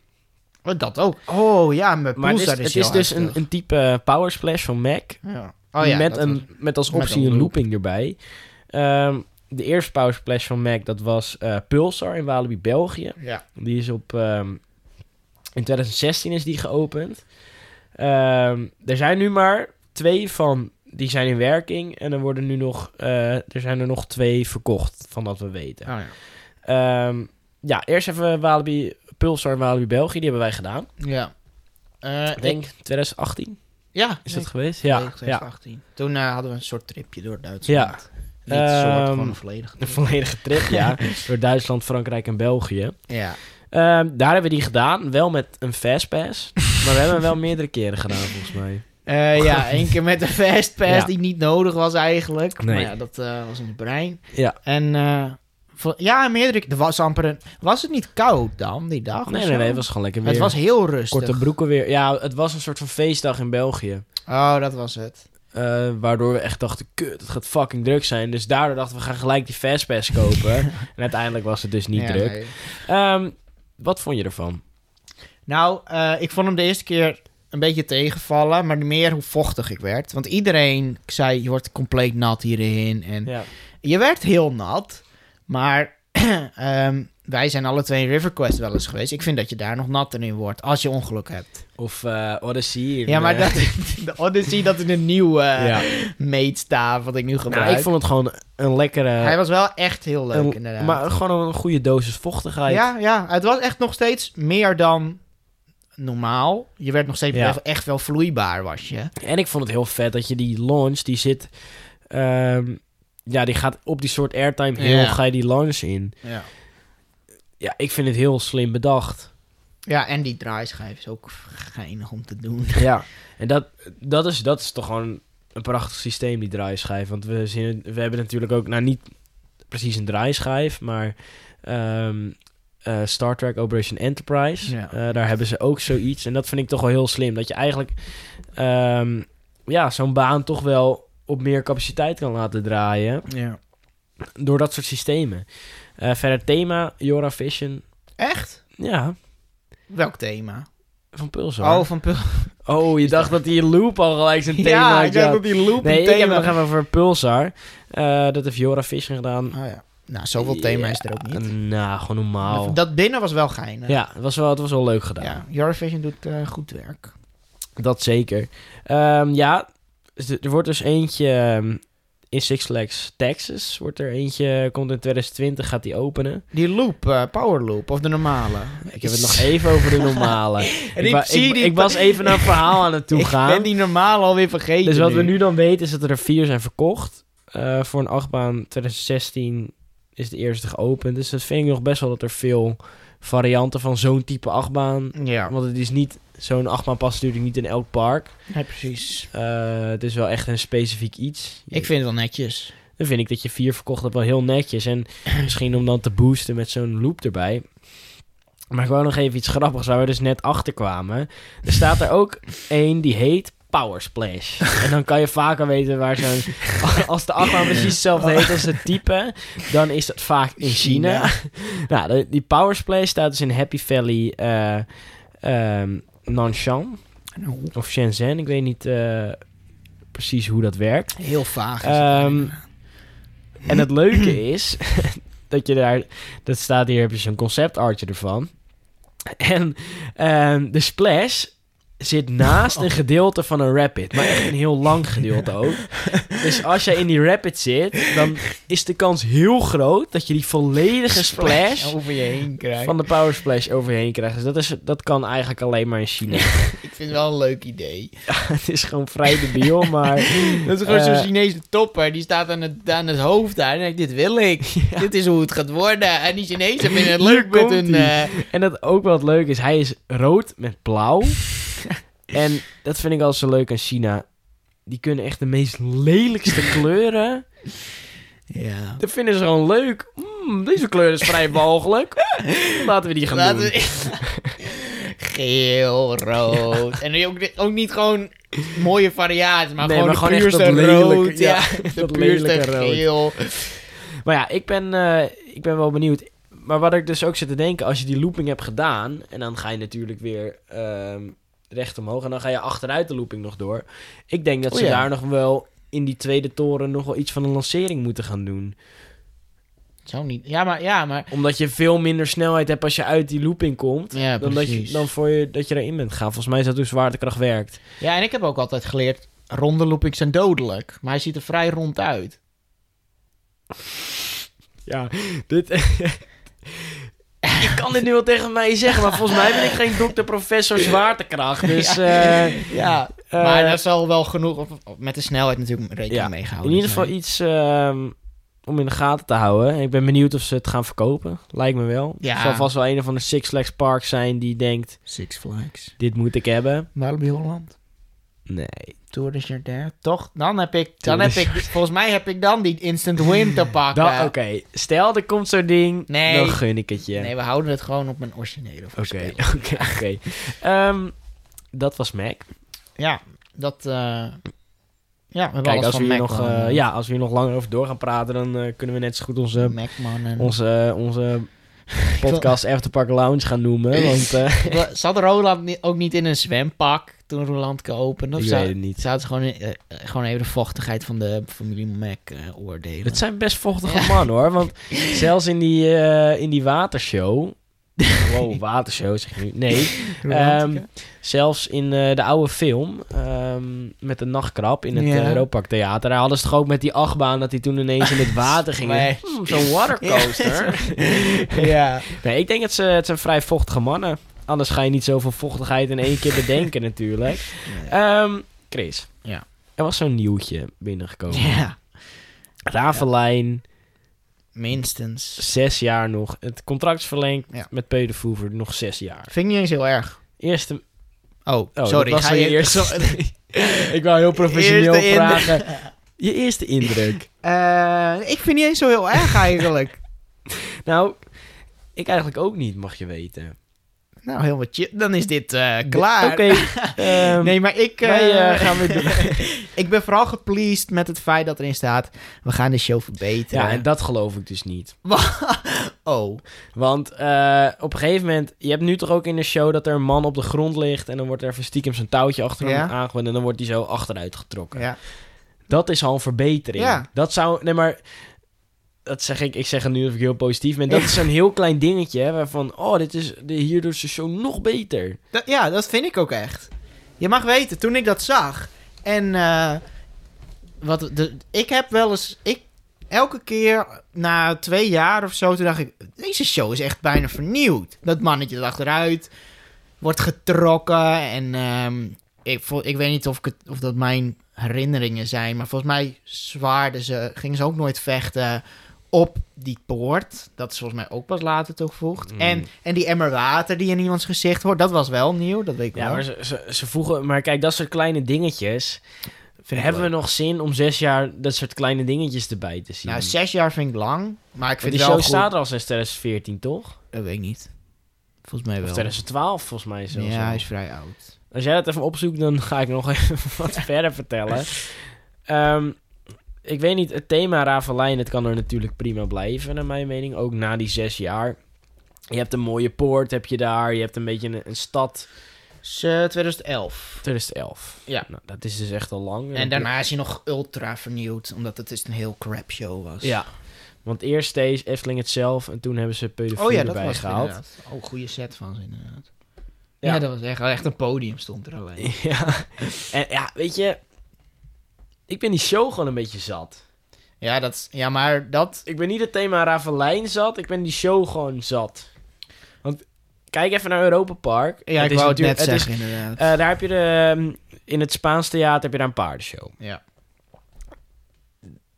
S2: Oh, Dat ook. Oh ja, mijn
S1: Maar het is,
S2: pulsar
S1: het
S2: heel
S1: is dus een,
S2: heftig.
S1: een type power splash van Mac.
S2: Ja. Oh ja,
S1: met,
S2: dat
S1: een,
S2: was-
S1: met als
S2: met
S1: optie
S2: een
S1: een
S2: loop.
S1: looping erbij. Ehm, de eerste power splash van Mac, dat was eh, Pulsar in Walibi, België.
S2: ja.
S1: Die is op... ehm, in 2016 is die geopend. Ehm, er zijn nu maar twee van... Die zijn in werking. En er, worden nu nog, eh, er zijn er nog twee verkocht, van wat we weten.
S2: Oh, ja.
S1: Ehm, ja, eerst even Walibi, Pulsar en Walibi België. Die hebben wij gedaan.
S2: Ja. Eh,
S1: Ik denk 2018
S2: ja,
S1: is dat
S2: ik-
S1: geweest. Ja, ja.
S2: 2018. Toen eh, hadden we een soort tripje door Duitsland. Ja. Niet een
S1: Ehm,
S2: soort, gewoon een volledige
S1: Een
S2: trip.
S1: volledige trip,
S2: [LAUGHS]
S1: ja. [LAUGHS] door Duitsland, Frankrijk en België.
S2: Ja.
S1: Ehm, daar hebben we die gedaan. Wel met een
S2: [LAUGHS]
S1: fastpass. maar we hebben hem wel meerdere keren gedaan, volgens mij.
S2: Eh,
S1: [LAUGHS]
S2: ja, één keer met een fastpass
S1: Ja.
S2: die niet nodig was eigenlijk.
S1: Nee.
S2: Maar ja, dat eh, was in het brein.
S1: Ja.
S2: En eh, vo- ja, meerdere Er was amper een... Was het niet koud dan, die dag? of
S1: Nee,
S2: zo?
S1: nee, nee. Het was gewoon lekker weer.
S2: Het was heel rustig.
S1: Korte broeken weer. Ja, het was een soort van feestdag in België.
S2: Oh, dat was het.
S1: Eh, waardoor we echt dachten, kut, het gaat fucking druk zijn. Dus daardoor dachten we, we gaan gelijk die fastpass
S2: [LAUGHS]
S1: kopen. en uiteindelijk was het dus niet
S2: Ja,
S1: druk.
S2: nee.
S1: Ehm, wat vond je ervan?
S2: Nou, eh, ik vond hem de eerste keer een beetje tegenvallen, maar meer hoe vochtig ik werd. Want iedereen zei, je wordt compleet nat hierin. En
S1: Ja.
S2: Je werd heel nat, maar [CLEARS THROAT] ehm, wij zijn alle twee in RiverQuest wel eens geweest. Ik vind dat je daar nog natter in wordt, als je ongeluk hebt.
S1: Of eh Odyssey.
S2: Ja, maar
S1: Eh,
S2: dat, Nou, de Odyssey, dat is een nieuwe
S1: [LAUGHS]
S2: [LAUGHS] eh,
S1: ja.
S2: meetstaaf wat ik nu gebruik.
S1: Nou, ik vond het gewoon een lekkere...
S2: Hij was wel echt heel leuk,
S1: een-
S2: inderdaad.
S1: Maar gewoon een goede dosis vochtigheid.
S2: ja, ja, het was echt nog steeds meer dan normaal. Je werd nog steeds
S1: Ja.
S2: wel- echt wel vloeibaar, was je.
S1: En ik vond het heel vet dat je die launch, die zit... ehm, ja, die gaat op die soort airtime heel,
S2: Ja.
S1: ga je die launch in.
S2: Ja.
S1: Ja, ik vind het heel slim bedacht.
S2: Ja, en die draaischijf is ook geinig om te doen.
S1: Ja. En dat, dat, is, dat is toch gewoon een prachtig systeem, die draaischijf. Want we, zien, we hebben natuurlijk ook, nou niet precies een draaischijf, maar ehm, eh, Star Trek Operation Enterprise.
S2: Ja.
S1: Eh, daar hebben ze ook zoiets. En dat vind ik toch wel heel slim. Dat je eigenlijk ehm, ja, zo'n baan toch wel op meer capaciteit kan laten draaien.
S2: Ja.
S1: Door dat soort systemen. Eh, verder thema, Jora Vision.
S2: Echt?
S1: Ja,
S2: Welk thema?
S1: van Pulsar.
S2: Oh,
S1: Oh,
S2: van Pul-
S1: je dacht dat die loop al gelijk zijn thema
S2: ja,
S1: had,
S2: ik dacht dat die loop
S1: Nee,
S2: een
S1: ik heb
S2: thema...
S1: het nog even over Pulsar. Eh, dat heeft Jora Vision gedaan.
S2: Oh ja. Nou, zoveel thema is er ook niet.
S1: Nou, gewoon normaal.
S2: Dat binnen was wel geinig.
S1: Ja, het was, wel, het was wel leuk gedaan.
S2: Ja, Eurovision doet eh, goed werk.
S1: Dat zeker. Ehm, ja, dus er er wordt dus eentje ehm, in Six Flags Texas. Wordt er eentje, komt in 2020, gaat die openen.
S2: Die loop, eh, power loop, of de normale.
S1: Ik heb het
S2: [LAUGHS]
S1: nog even over de normale. ik, wa-
S2: zie
S1: ik-
S2: die-
S1: ik was even
S2: [LAUGHS]
S1: naar een verhaal aan het toe
S2: ik
S1: gaan.
S2: ben die normale alweer vergeten
S1: Dus wat we nu dan weten is dat er vier zijn verkocht. Eh, voor een achtbaan 2016 is de eerste geopend. Dus dat vind ik nog best wel dat er veel varianten van zo'n type achtbaan...
S2: Ja,
S1: Want het is niet... Zo'n achtbaan past natuurlijk niet in elk park.
S2: nee, precies.
S1: Eh, het is wel echt een specifiek iets.
S2: Ik vind het wel netjes.
S1: Dan vind ik dat je vier verkocht hebt wel heel netjes. En misschien om dan te boosten met zo'n loop erbij. Maar ik wou nog even iets grappigs waar we dus net achter kwamen. Er staat er ook één die heet Power Splash. En dan kan je vaker weten waar zo'n... Als de achtbaan precies hetzelfde heet als het type... dan is dat vaak in China. Nou, de- die Power Splash staat dus in Happy Valley... eh ehm, Nanshan of Shenzhen. Ik weet niet eh, precies hoe dat werkt.
S2: Heel vaag. is het
S1: Ehm,
S2: eigenlijk.
S1: en het [CLEARS THROAT] [LAUGHS] leuke is dat je daar, dat staat hier, heb je zo'n concept artje ervan. En ehm, de splash zit naast een gedeelte van een rapid. Maar echt een heel lang gedeelte [LAUGHS] ook. Dus als jij in die rapid zit, dan is de kans heel groot dat je die volledige splash Oh,
S2: over je heen krijgt.
S1: van de power splash overheen krijgt. Dus dat, is, dat kan eigenlijk alleen maar in China.
S2: Ik vind het wel een leuk idee.
S1: [LAUGHS] Het is gewoon vrij debiel, [LAUGHS] maar...
S2: [LAUGHS] Dat is gewoon
S1: Eh.
S2: zo'n Chinese topper. Die staat aan het, aan het hoofd daar. En denkt, dit wil [LAUGHS] ik. Dit is hoe het gaat worden. En die Chinezen vinden het
S1: Hier
S2: leuk met
S1: komt
S2: hun...
S1: ie.
S2: eh,
S1: En dat ook wat leuk is, hij is rood met
S2: [LAUGHS]
S1: blauw. en dat vind ik al zo leuk aan China. Die kunnen echt de meest
S2: [LAUGHS]
S1: lelijkste kleuren.
S2: ja.
S1: Dat vinden ze gewoon leuk. Mm, deze kleur is vrij
S2: [LAUGHS]
S1: walgelijk. Laten we die gaan
S2: Laten
S1: doen.
S2: we- [LAUGHS] Geel, rood. En dan ook, ook niet gewoon mooie variaties, maar
S1: Nee,
S2: gewoon
S1: maar
S2: de
S1: gewoon echt
S2: puurste
S1: dat lelijke-
S2: rood. Ja, [LAUGHS] de
S1: dat
S2: puurste
S1: lelijke rood.
S2: geel.
S1: Maar ja, ik ben, eh, ik ben wel benieuwd. Maar wat ik dus ook zit te denken, als je die looping hebt gedaan... en dan ga je natuurlijk weer ehm, recht omhoog... en dan ga je achteruit de looping nog door. Ik denk dat
S2: Oh
S1: ze
S2: ja.
S1: daar nog wel in die tweede toren... nog wel iets van een lancering moeten gaan doen.
S2: Zo niet. Ja, maar... Ja, maar
S1: Omdat je veel minder snelheid hebt als je uit die looping komt.
S2: ja,
S1: dan dat je,
S2: precies.
S1: dan voor je, dat je daarin bent gaan. Volgens mij is dat hoe zwaartekracht werkt.
S2: Ja, en ik heb ook altijd geleerd... Ronde loopings zijn dodelijk. Maar hij ziet er vrij rond uit.
S1: [LAUGHS] Ja, dit. ik kan dit nu wel tegen mij zeggen, maar volgens mij ben ik geen dokter,
S2: [LAUGHS]
S1: professor zwaartekracht. Dus. eh,
S2: Ja,
S1: eh,
S2: maar daar zal wel genoeg... of- of met de snelheid natuurlijk rekening
S1: Ja,
S2: mee gehouden Dus,
S1: in ieder geval
S2: zijn.
S1: iets ehm, om in de gaten te houden. Ik ben benieuwd of ze het gaan verkopen. Lijkt me wel.
S2: Ja.
S1: Er zal vast wel een of de Six Flags Park zijn die denkt:
S2: Six Flags.
S1: dit moet ik hebben.
S2: Waarom bij Holland?
S1: Nee.
S2: Tour de Jardin. Toch? Dan heb ik... Dan
S1: Tour
S2: heb
S1: de
S2: ik... Volgens mij heb ik dan die instant
S1: [LAUGHS]
S2: win te pakken.
S1: Dan- Oké, stel er komt zo'n ding,
S2: Nee.
S1: dan gun ik het je.
S2: Nee, we houden het gewoon op mijn originele
S1: Oké,
S2: voorspelling.
S1: [LAUGHS] oké, oké. Ehm, Dat was Mac.
S2: Ja, dat... eh, ja, we hebben
S1: Kijk,
S2: alles
S1: als
S2: van
S1: we, hier
S2: Mac
S1: nog,
S2: wel,
S1: eh,
S2: eh,
S1: ja, als we hier nog langer over door gaan praten, dan eh, kunnen we net zo goed onze,
S2: Mm. Macman en...
S1: onze,
S2: [LAUGHS]
S1: onze podcast Afterpark Lounge gaan noemen. Want
S2: [LAUGHS]
S1: eh,
S2: Wa- Zat Roland ni- ook niet in een zwempak toen Roland geopend? Of
S1: Ik
S2: zou-
S1: weet het niet.
S2: Zouden ze gewoon, eh, eh, gewoon even de vochtigheid van de familie Mac eh, oordelen?
S1: het zijn best vochtige mannen hoor.
S2: [LAUGHS]
S1: Want zelfs in die, eh, in die watershow. Wow, watershow zeg je nu. Nee.
S2: Romantica?
S1: ehm, Zelfs in eh, de oude film ehm, met de nachtkrab in het
S2: Ja.
S1: eh, Europark Theater. Daar hadden ze toch ook met die achtbaan dat hij toen ineens
S2: [LAUGHS]
S1: in het water ging.
S2: Nee.
S1: Hmm, Zo'n
S2: [LAUGHS]
S1: watercoaster.
S2: ja.
S1: Nee, ik denk dat ze, het zijn vrij vochtige mannen. Anders ga je niet zoveel vochtigheid in één keer
S2: [LAUGHS]
S1: bedenken natuurlijk. Ehm, Chris.
S2: Ja.
S1: Er was zo'n nieuwtje binnengekomen.
S2: ja,
S1: Ravelijn,
S2: minstens.
S1: zes jaar nog. Het contract is verlengd
S2: Ja.
S1: met Peter Voever, nog zes jaar.
S2: Vind ik niet eens heel erg.
S1: Eerste...
S2: Oh,
S1: dat
S2: sorry.
S1: was
S2: ga
S1: al je
S2: je
S1: eerste-
S2: Zo-
S1: [LAUGHS] Ik wou heel professioneel
S2: Eerste indruk.
S1: vragen. Je eerste indruk.
S2: Eh, ik vind niet eens zo heel erg eigenlijk. [LAUGHS]
S1: nou, ik eigenlijk ook niet, mag je weten.
S2: nou, heel wat chill. Dan is dit eh, klaar.
S1: Oké. ehm,
S2: Nee, maar ik, eh,
S1: wij eh, gaan
S2: [LAUGHS]
S1: weer door.
S2: ik ben vooral gepleased met het feit dat erin staat... we gaan de show verbeteren.
S1: Ja, en dat geloof ik dus niet.
S2: [LAUGHS] Oh,
S1: Want eh, op een gegeven moment, je hebt nu toch ook in de show dat er een man op de grond ligt en dan wordt er even stiekem zo'n touwtje achter hem
S2: Ja.
S1: aangewend en dan wordt hij zo achteruit getrokken.
S2: ja.
S1: Dat is al een verbetering.
S2: Ja.
S1: Dat zou, nee maar, dat zeg ik, ik zeg het nu of ik heel positief ben. Dat is een heel klein dingetje hè, waarvan, oh, dit is, de, hierdoor is de show nog beter.
S2: Dat- ja, dat vind ik ook echt. Je mag weten, toen ik dat zag. En eh, wat, de, ik heb wel eens. Ik, elke keer na twee jaar of zo, toen dacht ik. Deze show is echt bijna vernieuwd. Dat mannetje achteruit wordt getrokken. En ehm, ik, vo- ik weet niet of, ik het, of dat mijn herinneringen zijn. Maar volgens mij zwaarden ze, gingen ze ook nooit vechten op die poort. Dat is volgens mij ook pas later toegevoegd.
S1: Mm.
S2: En, en die emmer water die in iemands gezicht hoort, dat was wel nieuw. Dat weet ik
S1: Ja,
S2: wel.
S1: maar ze, ze, ze voegen, maar kijk, dat soort kleine dingetjes.
S2: Vind ik
S1: hebben we
S2: leuk.
S1: nog zin om zes jaar dat soort kleine dingetjes erbij te zien?
S2: Nou, zes jaar vind ik lang. Maar
S1: Want
S2: ik vind
S1: die
S2: het wel
S1: show
S2: goed.
S1: staat er al sinds 2014, toch?
S2: Dat weet ik niet. Volgens mij
S1: Of
S2: wel.
S1: 2012, volgens mij zelfs.
S2: Ja,
S1: al.
S2: hij is vrij oud.
S1: Als jij dat even opzoekt, dan ga ik nog even [LAUGHS] wat verder vertellen. Ehm, ik weet niet, het thema Ravelijn, het kan er natuurlijk prima blijven, naar mijn mening. Ook na die zes jaar. Je hebt een mooie poort, heb je daar. Je hebt een beetje een, een stad.
S2: Is, eh, 2011.
S1: 2011.
S2: Ja.
S1: Nou, dat is dus echt al lang.
S2: En daarna is hij nog ultra vernieuwd, omdat het dus een heel crap show was.
S1: Ja. Want eerst deed Efteling het zelf en toen hebben ze pedofilie
S2: Oh ja, dat
S1: erbij
S2: was
S1: gehaald.
S2: gehaald. Oh, goede set van ze inderdaad.
S1: Ja.
S2: Ja, dat was echt, echt een podium stond er alleen.
S1: [LAUGHS] Ja. En ja, weet je, ik ben die show gewoon een beetje zat.
S2: Ja, dat, is- ja maar dat...
S1: Ik ben niet het thema Ravelijn zat, ik ben die show gewoon zat. Want kijk even naar Europa Park.
S2: Ja, ik
S1: is
S2: wou het net
S1: natuurlijk- is-
S2: zeggen inderdaad.
S1: eh, daar heb je de, ehm, in het Spaans theater heb je daar een paardenshow.
S2: ja.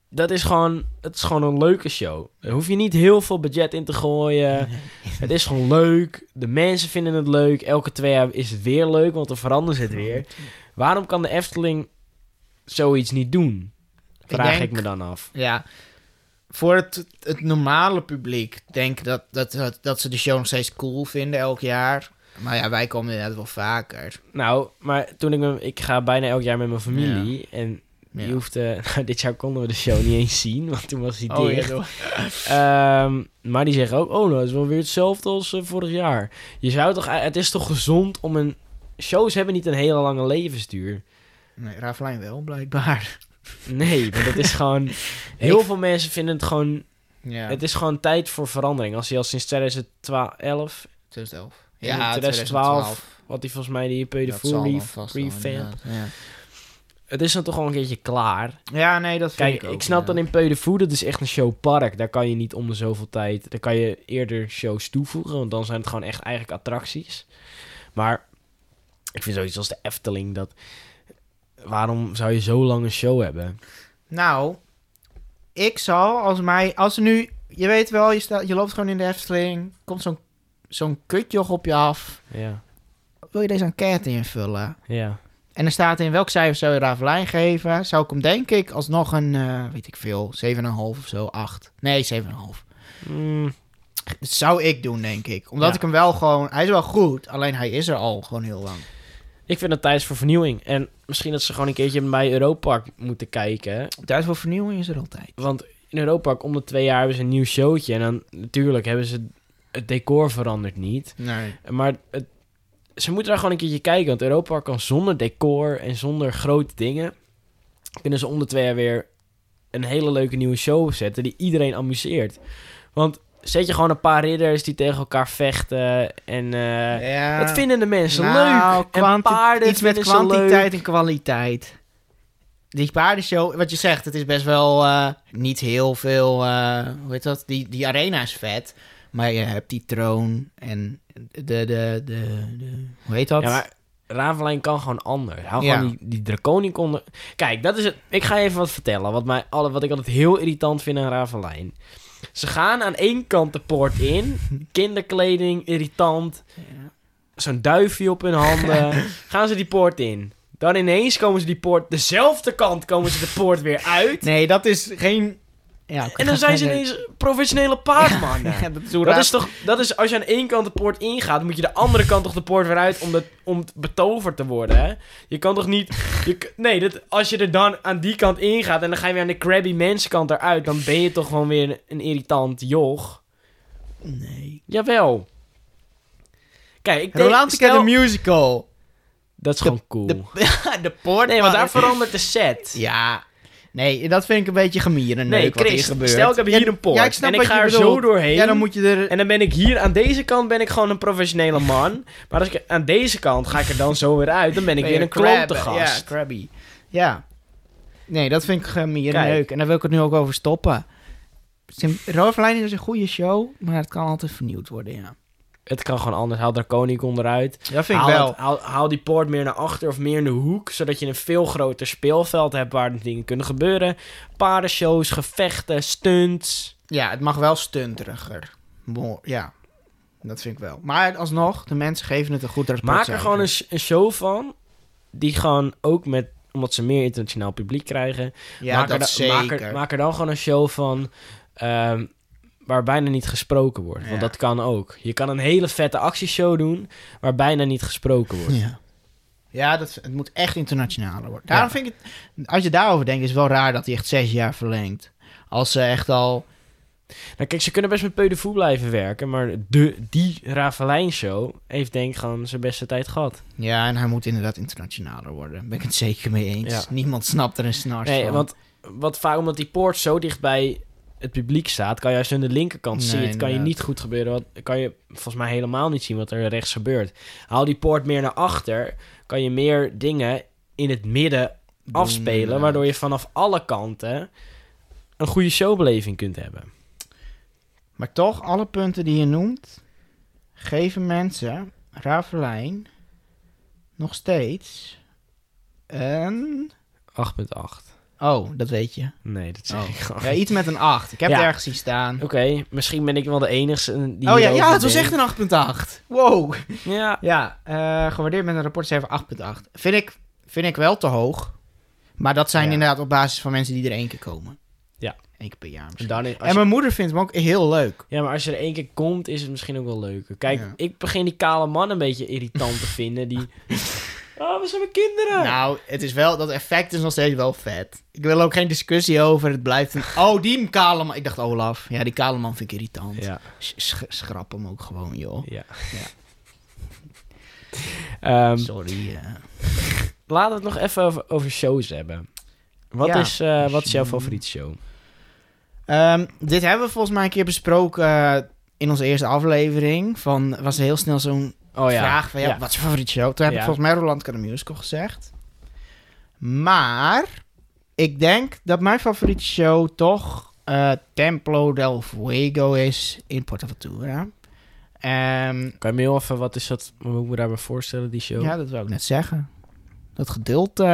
S1: Dat is gewoon, het is gewoon een leuke show. Daar hoef je niet heel veel budget in te gooien. Het is gewoon leuk. De mensen vinden het leuk. Elke twee jaar is het weer leuk, want dan veranderen ze het weer. Waarom kan de Efteling zoiets niet doen? Vraag ik,
S2: denk-
S1: me dan af.
S2: Ja. Voor het, het normale publiek denk ik dat, dat, dat, dat ze de show nog steeds cool vinden elk jaar. Maar ja, wij komen inderdaad wel vaker.
S1: Nou, maar toen ik me, ik ga bijna elk jaar met mijn familie en
S2: Ja.
S1: je hoeft, eh, [LAUGHS] nou, dit jaar konden we de show niet eens zien, want toen was hij
S2: Oh, ja,
S1: dicht.
S2: doe-
S1: Ehm, maar die zeggen ook, oh, nou, het is wel weer hetzelfde als eh, vorig jaar. Je zou toch, eh, het is toch gezond om een shows hebben niet een hele lange levensduur.
S2: Nee, Ravelijn wel, blijkbaar.
S1: Nee, want het
S2: [LAUGHS]
S1: is gewoon. Heel veel mensen vinden het gewoon.
S2: Ja,
S1: Het is gewoon tijd voor verandering. Als hij al sinds 2012
S2: 2011.
S1: Ja,
S2: Ja,
S1: 2012. wat hij volgens mij die
S2: Dat zal
S1: pedofilie
S2: dan vast wel,
S1: revamp.
S2: inderdaad. Ja.
S1: Het is dan toch al een keertje klaar.
S2: ja, nee, dat vind
S1: Kijk,
S2: ik ook.
S1: ik snap dat in pedofoel, dat is echt een showpark. Daar kan je niet om de zoveel tijd... Daar kan je eerder shows toevoegen, want dan zijn het gewoon echt eigenlijk attracties. Maar ik vind zoiets als de Efteling, dat... Waarom zou je zo lang een show hebben?
S2: Nou, ik zal als mij... Als er nu... Je weet wel, je, staat, je loopt gewoon in de Efteling. Komt zo'n zo'n kutjoch op je af.
S1: Ja,
S2: Wil je deze enquête invullen?
S1: ja.
S2: En er staat in welk cijfer zou je Ravelijn geven? Zou ik hem denk ik alsnog een, eh, weet ik veel, 7,5 of zo, 8. Nee, 7,5.
S1: Mm,
S2: Dat zou ik doen, denk ik. Omdat
S1: Ja.
S2: ik hem wel gewoon, hij is wel goed, alleen hij is er al gewoon heel lang.
S1: ik vind het tijd voor vernieuwing. En misschien dat ze gewoon een keertje bij Europark moeten kijken.
S2: Tijd voor vernieuwing is er altijd.
S1: Want in Europa om de twee jaar hebben ze een nieuw showtje. En dan natuurlijk hebben ze het decor verandert niet.
S2: Nee.
S1: Maar het, ze moeten daar gewoon een keertje kijken. Want Europa kan zonder decor en zonder grote dingen. Kunnen ze om de twee jaar weer een hele leuke nieuwe show zetten die iedereen amuseert. Want zet je gewoon een paar ridders die tegen elkaar vechten. En eh,
S2: ja.
S1: dat vinden de mensen
S2: Nou,
S1: leuk. En
S2: kwanti-
S1: paarden
S2: Iets met
S1: vinden ze leuk.
S2: kwantiteit en kwaliteit. Die paardenshow, wat je zegt, het is best wel eh, niet heel veel. eh, hoe heet dat? Die, die arena is vet. Maar je hebt die troon en de. de, de, de hoe heet dat?
S1: Ja, maar Ravelijn kan gewoon anders. Hou
S2: Ja.
S1: gewoon die, die draconicon... onder- Kijk, dat is het. Ik ga je even wat vertellen. Wat, mij, alle, wat ik altijd heel irritant vind aan Ravelijn. Ze gaan aan één kant de poort
S2: [LAUGHS]
S1: in. Kinderkleding, irritant.
S2: Ja.
S1: Zo'n duifje op hun handen.
S2: [LAUGHS]
S1: gaan ze die poort in. Dan ineens komen ze die poort... Dezelfde kant komen ze de poort weer uit.
S2: Nee, dat is geen. Ja, oké.
S1: En dan
S2: [LAUGHS]
S1: zijn ze ineens professionele paardmannen.
S2: Ja, [LAUGHS] dat is hoe
S1: Dat
S2: raar-
S1: is toch, dat is als je aan één kant de poort ingaat, moet je de andere kant toch de poort weer uit om, dat, om t- betoverd te worden, hè? Je kan toch niet, je, k- nee, dat, als je er dan aan die kant ingaat en dan ga je weer aan de crabby mensenkant eruit, dan ben je toch gewoon weer een, een irritant joch.
S2: Nee.
S1: Jawel. Kijk, ik denk,
S2: Rolantica
S1: stel- [LAUGHS]
S2: de Musical.
S1: dat is gewoon cool.
S2: De, de poort.
S1: nee, want daar verandert de set.
S2: Ja. Nee, dat vind ik een beetje gemieren.
S1: nee,
S2: wat hier
S1: Chris,
S2: gebeurt.
S1: stel ik heb hier een poort
S2: ja, ik
S1: en
S2: snap
S1: ik
S2: wat
S1: ga
S2: je
S1: er zo
S2: bedoelt.
S1: doorheen.
S2: Ja, dan moet je er.
S1: En dan ben ik hier aan deze kant ben ik gewoon een professionele man. Maar als ik aan deze kant ga ik er dan zo weer uit, dan ben ik weer een
S2: crab,
S1: klontegast.
S2: Ja, crabby. Ja. Nee, dat vind ik eh, meer
S1: Kijk.
S2: leuk. En daar wil ik het nu ook over stoppen. Sim- Roverlijn is een goede show, maar het kan altijd vernieuwd worden, ja.
S1: Het kan gewoon anders. Haal Draconicon eruit.
S2: Dat vind
S1: Haal,
S2: ik wel.
S1: het- haal, haal die poort meer naar achter of meer in de hoek. Zodat je een veel groter speelveld hebt waar de dingen kunnen gebeuren. Paardenshows, gevechten, stunts.
S2: Ja, het mag wel stunteriger. Mo- Ja, dat vind ik wel. Maar alsnog, de mensen geven het een goed rapport.
S1: Maak er gewoon een, sh- een show van. Die gewoon ook met omdat ze meer internationaal publiek krijgen.
S2: Ja,
S1: maak,
S2: dat
S1: er dan,
S2: zeker.
S1: Maak, er, maak er dan gewoon een show van ehm, waar bijna niet gesproken wordt. Want
S2: Ja.
S1: dat kan ook. Je kan een hele vette actieshow doen waar bijna niet gesproken
S2: [LAUGHS]
S1: wordt.
S2: Ja, ja dat, het moet echt internationaler worden. Daarom vind ik het, als je daarover denkt, is het wel raar dat hij echt zes jaar verlengt. Als ze echt al...
S1: Nou, kijk, ze kunnen best met Peudevoe blijven werken, maar de, die Ravelijn-show heeft denk ik gewoon zijn beste tijd gehad.
S2: Ja, en hij moet inderdaad internationaler worden. Daar ben ik het zeker mee eens.
S1: Ja.
S2: Niemand snapt er een snars
S1: Nee,
S2: van.
S1: want wat vaak omdat die poort zo dichtbij het publiek staat, kan je als je aan de linkerkant
S2: Nee,
S1: zit, kan je
S2: inderdaad.
S1: niet goed gebeuren. Wat, kan je volgens mij helemaal niet zien wat er rechts gebeurt. Haal die poort meer naar achter, kan je meer dingen in het midden afspelen,
S2: inderdaad.
S1: waardoor je vanaf alle kanten een goede showbeleving kunt hebben.
S2: Maar toch, alle punten die je noemt, geven mensen, Ravelijn, nog steeds een...
S1: 8.8.
S2: Oh, dat weet je.
S1: Nee, dat zeg
S2: Oh.
S1: ik gewoon.
S2: Ja, iets met een 8. Ik heb
S1: Ja.
S2: het ergens zien staan.
S1: Oké, misschien ben ik wel de enige die
S2: oh ja,
S1: hierover
S2: ja, het was
S1: denkt.
S2: echt een 8.8. Wow.
S1: Ja,
S2: Ja, eh, gewaardeerd met een rapportcijfer 8.8. Vind ik, vind ik wel te hoog. Maar dat zijn
S1: Ja.
S2: inderdaad op basis van mensen die er één keer komen.
S1: Ja.
S2: Eén keer per jaar
S1: en
S2: misschien.
S1: dan is, als
S2: En
S1: je-
S2: mijn moeder vindt hem ook heel leuk.
S1: Ja, maar als je er één keer komt, is het misschien ook wel leuker. Kijk,
S2: Ja.
S1: ik begin die kale man een beetje irritant te vinden.
S2: [LAUGHS]
S1: Die. Oh, we zijn mijn kinderen!
S2: Nou, het is wel, dat effect is nog steeds wel vet. Ik wil ook geen discussie over. Het blijft een. Oh, die kale man. Ik dacht Olaf. Ja, die kale man vind ik irritant.
S1: Ja,
S2: Sch- sch- schrap hem ook gewoon, joh.
S1: ja.
S2: Oh.
S1: [LAUGHS]
S2: Ja.
S1: Ehm,
S2: Sorry. eh.
S1: laten we het nog even over, over shows hebben. Wat,
S2: Ja. Mm.
S1: is, eh, wat is jouw favoriete show?
S2: Ehm, dit hebben we volgens mij een keer besproken eh, in onze eerste aflevering. Van, was er heel snel zo'n
S1: Oh ja.
S2: vraag van, ja, wat is je favoriete show? Toen heb
S1: Ja.
S2: ik volgens mij Roland Kan Musical gezegd. Maar ik denk dat mijn favoriete show toch eh, Templo del Fuego is in Portaventura. Ehm
S1: Kan je me heel even, wat is dat? Hoe moet ik me daarbij voorstellen, die show?
S2: ja, dat wil ik net zeggen. Dat geduld... eh,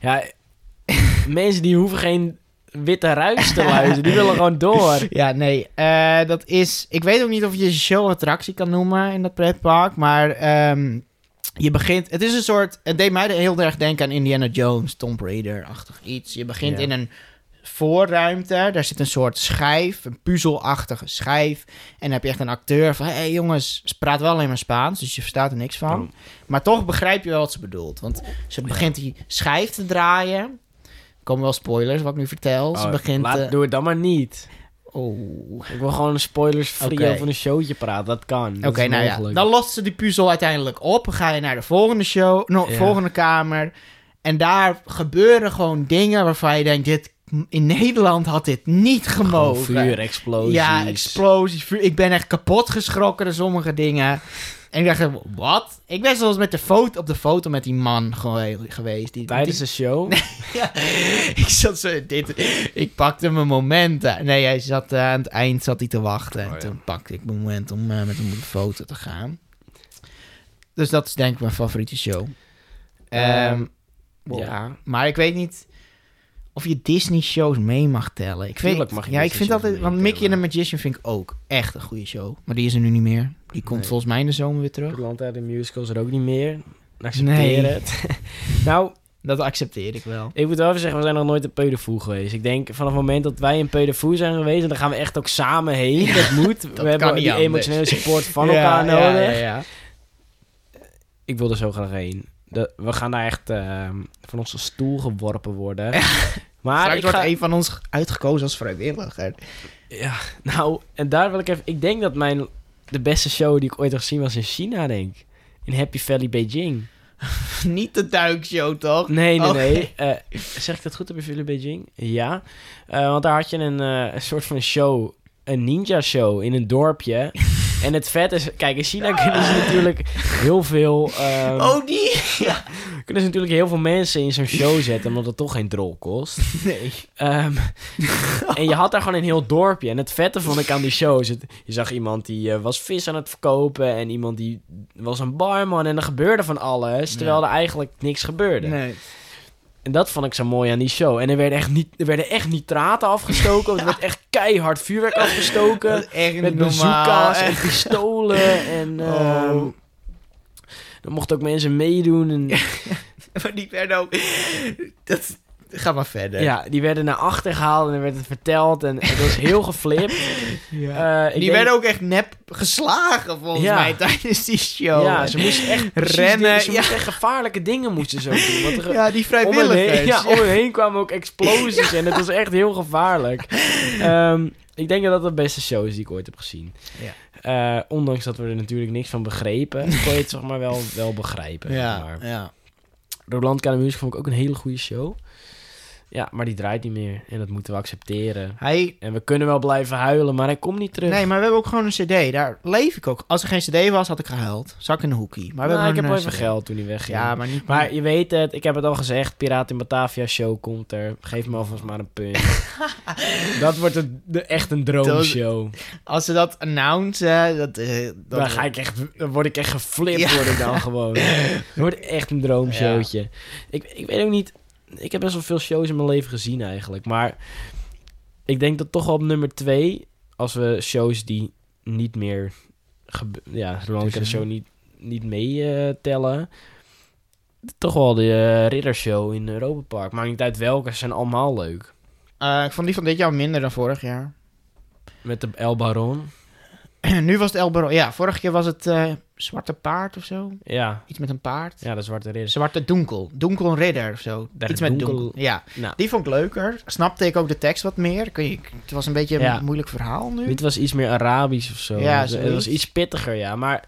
S1: Ja, [LAUGHS] mensen die hoeven geen witte ruis te luisteren. Die willen gewoon door.
S2: [LAUGHS] Ja, nee. eh, dat is... Ik weet ook niet of je een show een attractie kan noemen in dat pretpark. Maar ehm, je begint... Het is een soort... Het deed mij heel erg denken aan Indiana Jones, Tomb Raider-achtig iets. Je begint
S1: Ja.
S2: in een voorruimte. Daar zit een soort schijf, een puzzelachtige schijf. En dan heb je echt een acteur van... Hé hey, jongens, ze praat wel alleen maar Spaans, dus je verstaat er niks van. Maar toch begrijp je wel wat ze bedoelt. Want ze begint die schijf te draaien. Er komen wel spoilers, wat ik nu vertel. Ze
S1: Oh,
S2: begint...
S1: laat-
S2: eh,
S1: Doe het dan maar niet.
S2: oh.
S1: Ik wil gewoon een spoilers-free
S2: Oké.
S1: over een showtje praten. Dat kan.
S2: Oké, nou ja.
S1: Dan
S2: Dan lost ze die puzzel uiteindelijk op. Dan ga je naar de volgende show, no,
S1: Ja.
S2: volgende kamer. En daar gebeuren gewoon dingen waarvan je denkt: dit, in Nederland had dit niet
S1: Gewoon
S2: gemogen.
S1: vuur, explosies.
S2: Ja, explosies, vuur. Ik ben echt kapot geschrokken door sommige dingen. En ik dacht, wat? Ik ben zelfs met de foto, op de foto met die man ge- geweest. Die,
S1: Tijdens de show.
S2: ja, [LAUGHS] ik zat zo in dit. Ik pakte mijn momenten. Nee, hij zat, eh, aan het eind zat hij te wachten.
S1: Oh, ja.
S2: En toen pakte ik mijn moment om eh, met hem op de foto te gaan. Dus dat is denk ik mijn favoriete show. Ehm,
S1: Ehm,
S2: wow.
S1: ja.
S2: Maar ik weet niet of je Disney-shows mee mag tellen. Ik
S1: Tuurlijk
S2: vind,
S1: mag je
S2: ja, ik vind
S1: Disney-shows
S2: altijd, want
S1: meetellen.
S2: Mickey and the Magician vind ik ook echt een goede show. Maar die is er nu niet meer. Die komt
S1: Nee.
S2: volgens mij in de zomer weer terug.
S1: de musicals er ook niet meer. Accepteer
S2: Nee.
S1: het. [LAUGHS] nou,
S2: Dat accepteer ik wel.
S1: ik moet wel even zeggen, we zijn nog nooit een pedofoe geweest. Ik denk, vanaf het moment dat wij een pedofoe zijn geweest... en dan gaan we echt ook samen heen. dat moet. we
S2: kan
S1: hebben
S2: niet
S1: die
S2: anders.
S1: emotionele support van
S2: [LAUGHS] Ja,
S1: elkaar
S2: ja,
S1: nodig.
S2: ja, ja.
S1: Ik wil er zo graag heen. Dat- we gaan daar echt ehm, van onze stoel geworpen worden. maar
S2: Straks
S1: ik
S2: wordt
S1: ga...
S2: een van ons uitgekozen als vrijwilliger.
S1: Ja, nou, en daar wil ik even... Ik denk dat mijn... De beste show die ik ooit heb gezien was in China, denk ik. In Happy Valley, Beijing.
S2: Niet de duikshow, toch?
S1: Nee, nee,
S2: Oh, Oké.
S1: nee. Eh, zeg ik dat goed op je Ville Beijing? Ja. Eh, want daar had je een, eh, een soort van show, een ninja show in een
S2: [LAUGHS]
S1: dorpje. en het vet is, kijk, in China kunnen ze natuurlijk heel veel, ehm, [LAUGHS]
S2: Oh, die?
S1: kunnen ze natuurlijk heel veel mensen in zo'n show zetten, omdat het toch geen drol kost.
S2: Nee. [LAUGHS]
S1: Ehm, en je had daar gewoon een heel dorpje. En het vette vond ik aan die shows. Het, je zag iemand die eh, was vis aan het verkopen. En iemand die was een barman. En er gebeurde van alles. Terwijl er eigenlijk niks gebeurde.
S2: Nee.
S1: En dat vond ik zo mooi aan die show. En er werden echt, niet, er werden echt nitraten afgestoken. Er werd echt keihard vuurwerk
S2: Dat
S1: afgestoken.
S2: is echt
S1: Met
S2: niet normaal.
S1: bazooka's en
S2: Echt.
S1: pistolen. En ehm
S2: Oh.
S1: dan mochten ook mensen meedoen. En,
S2: [LAUGHS] Maar die werden ook... Dat... Ga maar
S1: [LAUGHS]
S2: verder.
S1: ja, die werden naar achter gehaald en er werd het verteld. En het was heel geflipt. Eh, ik
S2: die
S1: denk-
S2: werden ook echt nep geslagen, volgens
S1: Ja.
S2: mij, [LAUGHS] tijdens die show.
S1: Ja, ze moesten echt precies
S2: Rennen,
S1: dingen- ze
S2: ja.
S1: moesten echt gevaarlijke dingen moesten ze ook doen.
S2: [LAUGHS]
S1: Want er,
S2: Ja, die
S1: om, hen heen,
S2: vrijwilligers.
S1: ja, om hen heen kwamen ook
S2: [LAUGHS]
S1: explosies en het was echt heel gevaarlijk. Ehm, ik denk dat dat de beste show is die ik ooit heb gezien.
S2: Ja.
S1: Eh, ondanks dat we er natuurlijk niks van begrepen, kon je het zeg maar wel, wel begrijpen. zeg
S2: Ja,
S1: maar.
S2: ja.
S1: Roland Music vond ik ook een hele goede show. Ja, maar die draait niet meer. En dat moeten we accepteren.
S2: Hij...
S1: En we kunnen wel blijven huilen, maar hij komt niet terug.
S2: Nee, maar we hebben ook gewoon een cd. Daar leef ik ook. Als er geen cd was, had ik gehuild. Zak in een hoekie. Maar we
S1: Nou, ik
S2: hebben
S1: heb wel even
S2: gewoon een CD.
S1: geld toen hij wegging.
S2: Ja, maar niet...
S1: Maar je weet het, ik heb het al gezegd. Piraat in Batavia show komt er. Geef me alvast maar een punt. dat wordt een- de, echt een droomshow.
S2: Als ze dat announcen, dat... eh, dat
S1: Dan, ga ik echt, dan word ik echt geflipt,
S2: Ja.
S1: word ik dan gewoon. Het wordt echt een droomshowtje. Ik, ik weet ook niet... Ik heb best wel veel shows in mijn leven gezien eigenlijk. Maar ik denk dat toch wel op nummer twee... Als we shows die niet meer... gebe- Ja, zolang ik de
S2: Dus,
S1: show niet, niet meetellen... toch wel de eh, riddershow in Europa Park. Maakt niet uit welke, ze zijn allemaal leuk.
S2: Eh, ik vond die van dit jaar minder dan vorig jaar.
S1: Met de El Baron.
S2: [CLEARS THROAT] nu was het El Baron. Ja, vorige keer was het eh, Zwarte Paard of zo.
S1: Ja,
S2: Iets met een paard.
S1: ja de Zwarte Ridders.
S2: Zwarte Donkel. Donkel Ridder of zo.
S1: Der
S2: Iets met
S1: Dunkel.
S2: donkel. Ja,
S1: Nou,
S2: die vond ik leuker. Snapte ik ook de tekst wat meer. Kun je- Het was een beetje
S1: Ja.
S2: een moeilijk verhaal nu.
S1: dit was iets meer Arabisch of zo.
S2: Hm? Ja,
S1: het, het
S2: zoiets.
S1: was iets pittiger, ja. Maar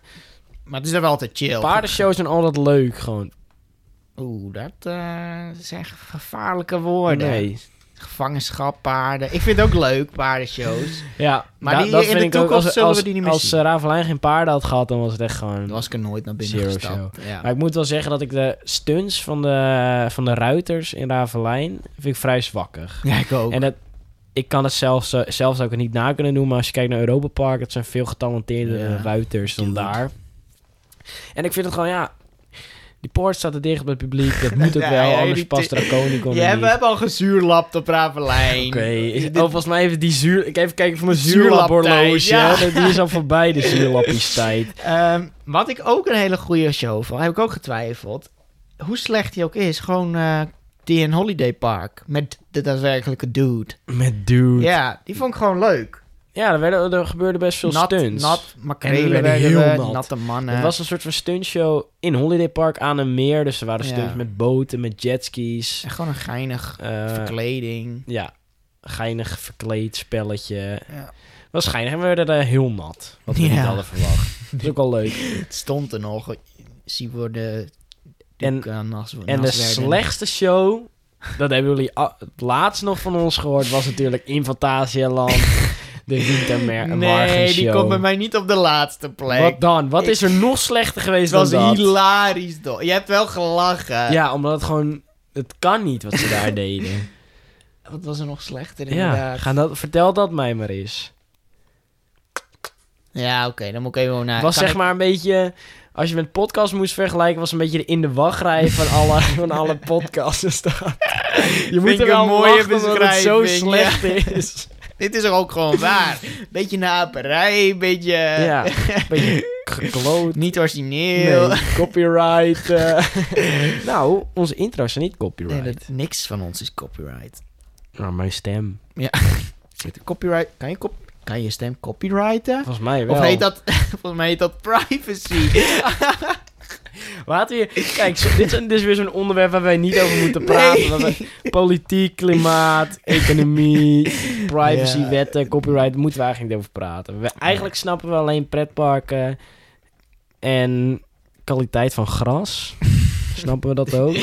S2: Maar het is er wel altijd chill.
S1: paardenshows zijn altijd leuk, gewoon.
S2: Oeh, dat eh, zijn ge- gevaarlijke woorden.
S1: Nee.
S2: Gevangenschap, paarden. Ik vind het ook leuk, paardenshows. [LAUGHS]
S1: Ja,
S2: Maar
S1: da-
S2: die-
S1: dat
S2: in
S1: vind
S2: de
S1: ik ook.
S2: toekomst
S1: als,
S2: zullen we
S1: als-
S2: die niet meer
S1: Als
S2: zien.
S1: eh, Ravelijn geen paarden had gehad, dan was het echt gewoon...
S2: Dan was ik er nooit naar binnen
S1: Zero
S2: gestapt. Ja.
S1: Maar ik moet wel zeggen dat ik de stunts van de, van de ruiters in Ravelijn... vind ik vrij zwakker.
S2: [LAUGHS] ja, ik ook.
S1: En dat, ik kan het zelfs, eh, zelf zou ik het niet na kunnen doen. Maar als je kijkt naar Europa Park, het zijn veel getalenteerdere
S2: Ja.
S1: ruiters dan
S2: Tuurlijk.
S1: daar. En ik vind het gewoon, ja... Die poort staat er dicht bij het publiek.
S2: [LAUGHS]
S1: Dat moet ook
S2: Ja,
S1: wel,
S2: ja,
S1: anders
S2: die
S1: past
S2: te- [LAUGHS]
S1: Draconicon
S2: Je
S1: er
S2: hebt,
S1: niet.
S2: we hebben al gezuurlapt op Ravelijn.
S1: Oké, is-
S2: Dit-
S1: oh, volgens mij even die zuur... Ik even kijken voor mijn
S2: Zuurlaptijd,
S1: zuurlaphorloge.
S2: ja.
S1: hè. Die is al voorbij,
S2: [LAUGHS]
S1: de zuurlappies tijd.
S2: Ehm, wat ik ook een hele goede show vond, heb ik ook getwijfeld. Hoe slecht die ook is, gewoon eh, die in Holiday Park. Met de daadwerkelijke dude.
S1: Met dude. Ja,
S2: Ja, die vond ik gewoon leuk.
S1: er, werden, er gebeurde best veel
S2: nat,
S1: stunts.
S2: Nat,
S1: En die
S2: makrelen
S1: werden
S2: werden
S1: heel
S2: we,
S1: nat.
S2: natte mannen.
S1: Het was een soort van stuntshow in Holiday Park aan een meer. Dus er waren
S2: Ja.
S1: stunts met boten, met jetskis.
S2: Echt gewoon een geinig
S1: eh,
S2: verkleding.
S1: ja, geinig verkleed spelletje.
S2: Ja.
S1: Was geinig. En we werden daar heel nat. Wat we
S2: Ja.
S1: niet hadden
S2: [LAUGHS]
S1: verwacht. Dat is ook wel leuk.
S2: Het stond er nog. Zie worden...
S1: En-
S2: nas,
S1: En de slechtste show... Dat hebben jullie a- het laatst nog van ons gehoord. Was natuurlijk in Fantasialand.
S2: [LAUGHS]
S1: De Wintermer
S2: Nee, die
S1: show.
S2: komt bij mij niet op de laatste plek.
S1: Wat dan? Wat
S2: Ik-
S1: is er nog slechter geweest
S2: het was
S1: dan dat?
S2: hilarisch, toch? Je hebt wel gelachen.
S1: Ja, omdat het gewoon... Het kan niet wat ze
S2: [LAUGHS]
S1: daar deden.
S2: Wat was er nog slechter,
S1: ja,
S2: inderdaad.
S1: ga dat, vertel dat mij maar eens.
S2: Ja, oké, dan moet ik even wel naar.
S1: Het was
S2: kan
S1: zeg
S2: ik-
S1: maar een beetje... Als je met podcast moest vergelijken... was een beetje de in de wachtrij van
S2: [LAUGHS]
S1: alle, van alle podcasts. je moet
S2: ik
S1: er wel
S2: een
S1: een
S2: mooie
S1: mooie omdat het zo
S2: beschrijving, ja.
S1: slecht
S2: [LAUGHS]
S1: is.
S2: Dit is er ook gewoon waar.
S1: [LAUGHS]
S2: Beetje naperij, beetje
S1: ja, een beetje gekloot.
S2: niet origineel.
S1: Nee, copyright. eh. nou, onze intro's zijn niet copyright.
S2: [LAUGHS] Nee, dat- niks van ons is copyright.
S1: Nou, mijn stem.
S2: Copyright, kan je, kop- kan je stem copyrighten?
S1: Volgens mij wel.
S2: Of heet dat, [LAUGHS] volgens mij heet dat privacy.
S1: Laten we hier... Kijk, zo- dit, is, dit is weer zo'n onderwerp waar wij niet over moeten praten.
S2: Nee.
S1: want wij- politiek,
S2: [LAUGHS]
S1: klimaat, economie, privacy,
S2: Ja.
S1: wetten, copyright. Daar moeten we eigenlijk niet over praten. We, eigenlijk snappen we alleen pretparken en kwaliteit van
S2: [LAUGHS]
S1: gras. snappen we dat ook?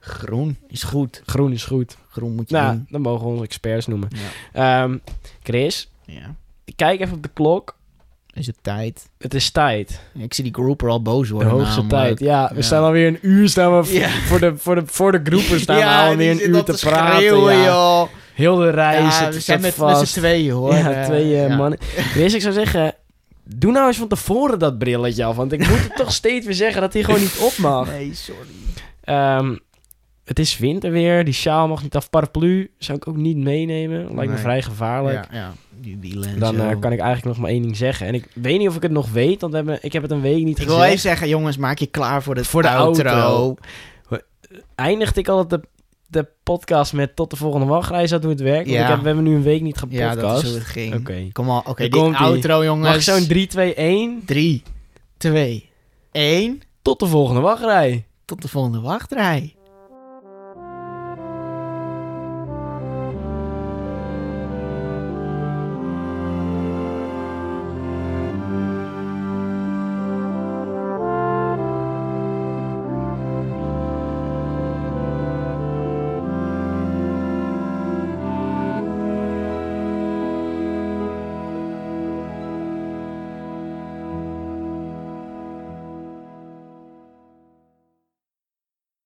S2: Groen is goed.
S1: Groen is goed.
S2: Groen moet je
S1: Nou,
S2: doen.
S1: dan mogen we ons experts noemen.
S2: Ja.
S1: Ehm, Chris,
S2: Ja.
S1: kijk even op de klok.
S2: Is het tijd?
S1: Het is tijd.
S2: Ik zie die groeper al boos
S1: De
S2: worden.
S1: hoogste
S2: namelijk.
S1: tijd. Ja, we
S2: Ja.
S1: staan alweer een uur staan we v-
S2: Ja.
S1: [LAUGHS] voor, de, voor, de, voor de
S2: [LAUGHS]
S1: groepen staan we
S2: Ja, die
S1: alweer een
S2: zit
S1: uur
S2: al
S1: te,
S2: schreeuwen,
S1: praten. Ja.
S2: joh.
S1: Heel de rij
S2: Ja,
S1: zit,
S2: we
S1: zit
S2: zijn met, met
S1: vast.
S2: z'n tweeën, hoor.
S1: ja,
S2: Eh,
S1: twee eh,
S2: ja.
S1: mannen. Dus ik zou zeggen, doe nou eens van tevoren dat brilletje af. Want ik moet het toch steeds weer zeggen dat hij gewoon niet op
S2: [LAUGHS]
S1: mag.
S2: Nee, sorry.
S1: Ehm, het is winter weer, die sjaal mag niet af. Paraplu zou ik ook niet meenemen. Lijkt me
S2: Nee.
S1: vrij gevaarlijk.
S2: Ja, ja. Die wielen en
S1: Dan
S2: zo.
S1: eh, kan ik eigenlijk nog maar één ding zeggen. En ik weet niet of ik het nog weet, want we hebben, ik heb het een week niet
S2: Ik
S1: gezegd.
S2: wil even zeggen, jongens, maak je klaar voor de,
S1: Voor de
S2: outro.
S1: outro. eindigde ik altijd de, de podcast met tot de volgende wachtreis uit hoe het werkt. Want
S2: Ja.
S1: ik heb, we hebben nu een week niet gepodcast.
S2: Ja, dat is hoe het ging.
S1: Oké.
S2: Kom al, oké,
S1: Hier
S2: die
S1: komt-ie.
S2: outro,
S1: Mag ik
S2: jongens.
S1: zo'n 3, 2, 1?
S2: 3, 2, 1.
S1: Tot de volgende wachtrij.
S2: Tot de volgende wachtrij.